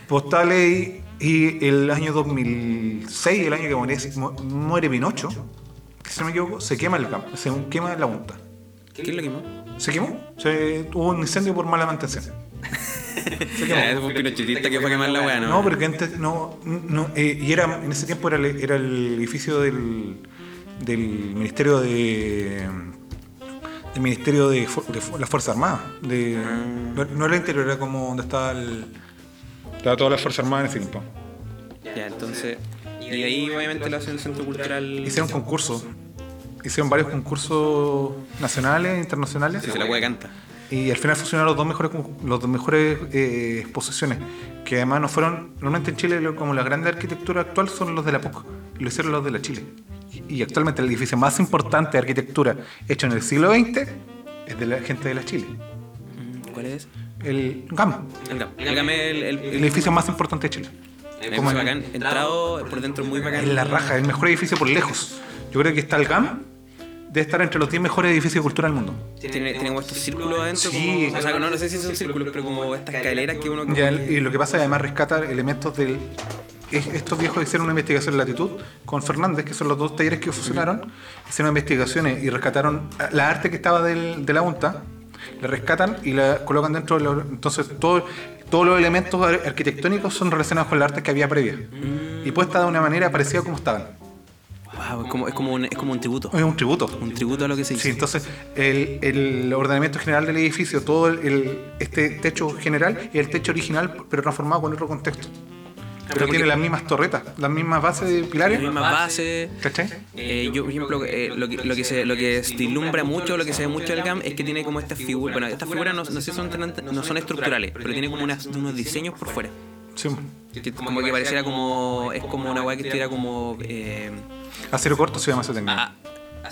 Portales y, y el año 2006, el año que muere, mu- muere Pinocho, que si no me equivoco, se quema el campo, se quema la punta. ¿Qué es lo que más? ¿Se quemó? Se, hubo un incendio por mala mantención. Ya, eso fue un pinochetista que fue a quemar la weá, ¿no? No, porque antes no. no eh, y era, en ese tiempo era el, era el edificio del, del Ministerio de. del Ministerio de, Fu- de Fu- las Fuerzas Armadas. De, Ah. no, no era el interior, era como donde estaba el. Estaba toda la Fuerza Armada en ese tiempo. Ya, entonces. Y de ahí, obviamente, lo hacen el centro cultural. Hicieron concursos. Hicieron varios concursos nacionales e internacionales. Sí, se la weá canta. Y al final fusionaron los dos mejores, los dos mejores eh, exposiciones, que además no fueron, normalmente en Chile lo- como la grande arquitectura actual son los de la PUC, y lo hicieron los de la Chile. Y actualmente el edificio más importante de arquitectura hecho en el siglo XX es de la gente de la Chile, ¿Cuál es? el GAM, El GAM. El GAM es el. el, el edificio más importante de Chile. el- muy bacán. Entrado por dentro muy bacán. Es la raja, el mejor edificio por lejos. Yo creo que está el GAM, debe estar entre los 10 mejores edificios de cultura del mundo. Tiene, tiene como estos círculos adentro. Sí. como- o sea, no, no sé si son círculos, pero como estas escaleras que uno. Ya, y lo que pasa es además rescatar elementos del... es- Estos viejos hicieron una investigación en latitud con Fernández, que son los dos talleres que fusionaron, hicieron investigaciones y rescataron la arte que estaba del- de la UNTA, la rescatan y la colocan dentro de los... Entonces todo- todos los elementos ar- arquitectónicos son relacionados con la arte que había previa y puesta de una manera parecida a como estaban. Wow, es como, es, como un, es como un tributo. Es un tributo. Un tributo a lo que se hizo. Sí, entonces el, el ordenamiento general del edificio, todo el, el- este techo general y el techo original, pero transformado con otro contexto. Pero tiene las mismas torretas, las mismas bases de pilares. Las mismas bases. ¿Cachai? Eh, yo, por ejemplo, eh, lo, que, lo, que se, lo que se ilumbra mucho, lo que se ve mucho del GAM es que tiene como estas figuras. Bueno, estas figuras no, no, sé, son tan- no son estructurales, pero tiene como unas- unos diseños por fuera. Sí. pues. Que como que pareciera como. Es como una weá que estuviera como. eh, Acero corto se llama ese técnico. a-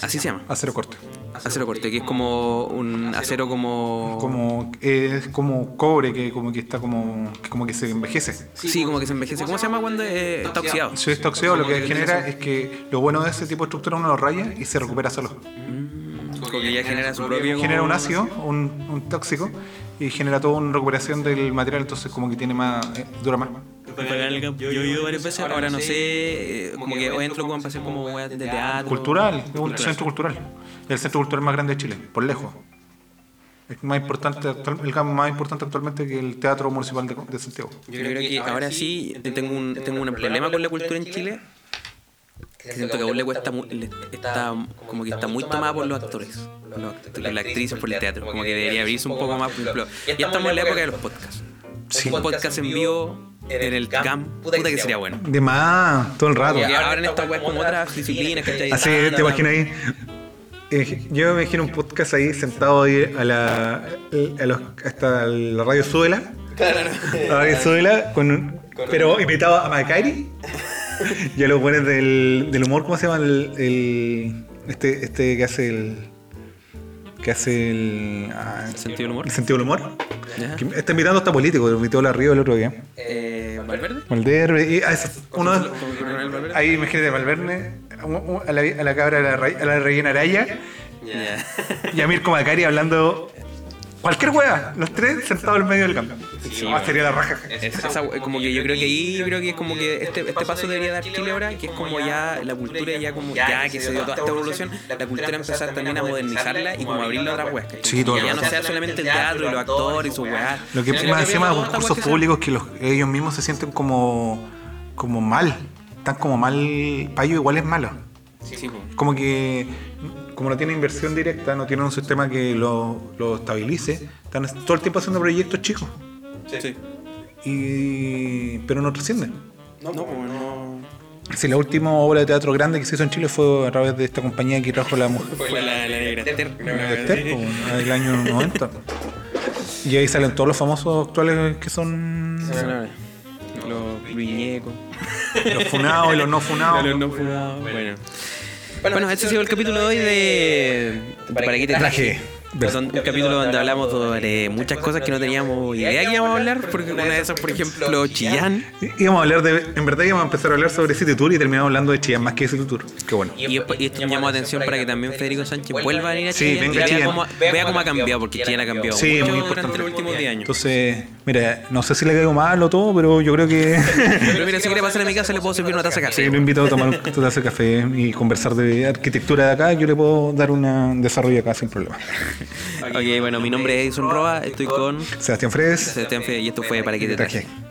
así se llama. Acero corto. Acero corte, que es como un acero Oh. como. Como, eh, es como cobre que como que está como que, como que se envejece. Sí, como que se envejece. ¿Cómo se llama cuando eh, está oxidado? Si está oxidado, lo que genera es que lo bueno de ese tipo de estructura uno lo raya y se recupera solo. Como que ya genera su propio. Genera un ácido, un, un tóxico, y genera toda una recuperación del material, entonces como que tiene más, eh, dura más. Para ganar el campo. Yo he ido varias veces, ahora no sé, eh, como que hoy entro con pasé como weas de teatro. Cultural, es un centro cultural. Es el centro cultural más grande de Chile, por lejos. Es más importante, actual- el GAM más importante actualmente que el Teatro Municipal de, de Santiago. Yo creo que ahora sí tengo un, tengo un problema con la cultura en Chile. que Siento que a vos le cuesta mu- le- está, como que está muy tomada por los actores, por, los act- por las actrices, por el teatro. Como que debería abrirse un poco más, por ejemplo. Ya estamos en la época de los podcasts. Sí. Un podcast en vivo en el CAM, puta que sería bueno. De más, todo el rato. Porque ahora en esta web como otras disciplinas, ¿cachai? Ah, Así te imagino ahí. eh, Yo me imagino un podcast ahí sentado ahí a la, a los- hasta la radio Súbela. La radio Súbela, con, un- pero invitado a Macari y a los buenos del, del humor, ¿cómo se llama? El, el- este, este que hace el. que hace el. ah, ¿El sentido del humor? el sentido del humor. Ah. Ya. Que está invitando hasta político, lo invitó a la Río el otro día. Eh, ¿Valverde? Valverde, y, ah, ese- uno de- Con Coronel Valverde. Ahí imagínate Valverde, a un- a la, a la cabra, a la, re- a la rellena araya, Ya. y a Mirko Macari hablando cualquier hueá, los tres sentados en medio del campo. Sí, Ah, sería la raja. Es- esa- como que yo creo que ahí, yo creo que es como que este, este paso debería dar Chile ahora, que es como ya la cultura ya como ya que se dio toda esta evolución, la cultura empezar también a modernizarla y como abrirla a otras weas. ¿cachai? Sí, todo el Que ya rato. no sea solamente el teatro y los actores y sus weas. Lo que sino más encima todas concursos estas weas que se- públicos que los, ellos mismos se sienten como, como mal, están como mal, para ellos igual es malo. Sí, po. Como que, como no tienen inversión directa, no tienen un sistema que lo, lo estabilice, están todo el tiempo haciendo proyectos chicos, Sí. y, pero no trascienden. No, pues, no, po, no. Sí, la última obra de teatro grande que se hizo en Chile fue a través de esta compañía que trajo la mujer Fue la, la negra Ter- la la- de Terpo, del año 90. Y ahí salen todos los famosos actuales que son Los viñecos. los funados y los no funados. Bueno. Bueno, este ha sido el capítulo de hoy de Para qué te traje. Ver- Son un capítulo donde hablamos sobre muchas cosas que no teníamos idea que íbamos a hablar, porque una de esas, por ejemplo, Chillán. Y- Íbamos a hablar de. En verdad íbamos a empezar a hablar sobre City Tour y terminamos hablando de Chillán más que City Tour. Qué bueno. Y, después- y esto llamó atención para que también Federico Sánchez vuelva a venir a Sí, Chillán. venga y vea, Chillán. cómo, vea cómo ha cambiado, porque Chillán ha cambiado Sí, mucho muy durante importante. los últimos 10 años. Entonces, mira, no sé si le caigo mal o todo, pero yo creo que. Pero mira, si quiere pasar a mi casa, le puedo servir una taza de Sí, café. lo invito a tomar un taza de café y conversar de arquitectura de acá. Yo le puedo dar una- un desarrollo acá sin problema. Ok, bueno, mi nombre es Edison Roa, estoy con Sebastián Fredes. Sebastián Fede y esto fue Para qué te traje. Traje.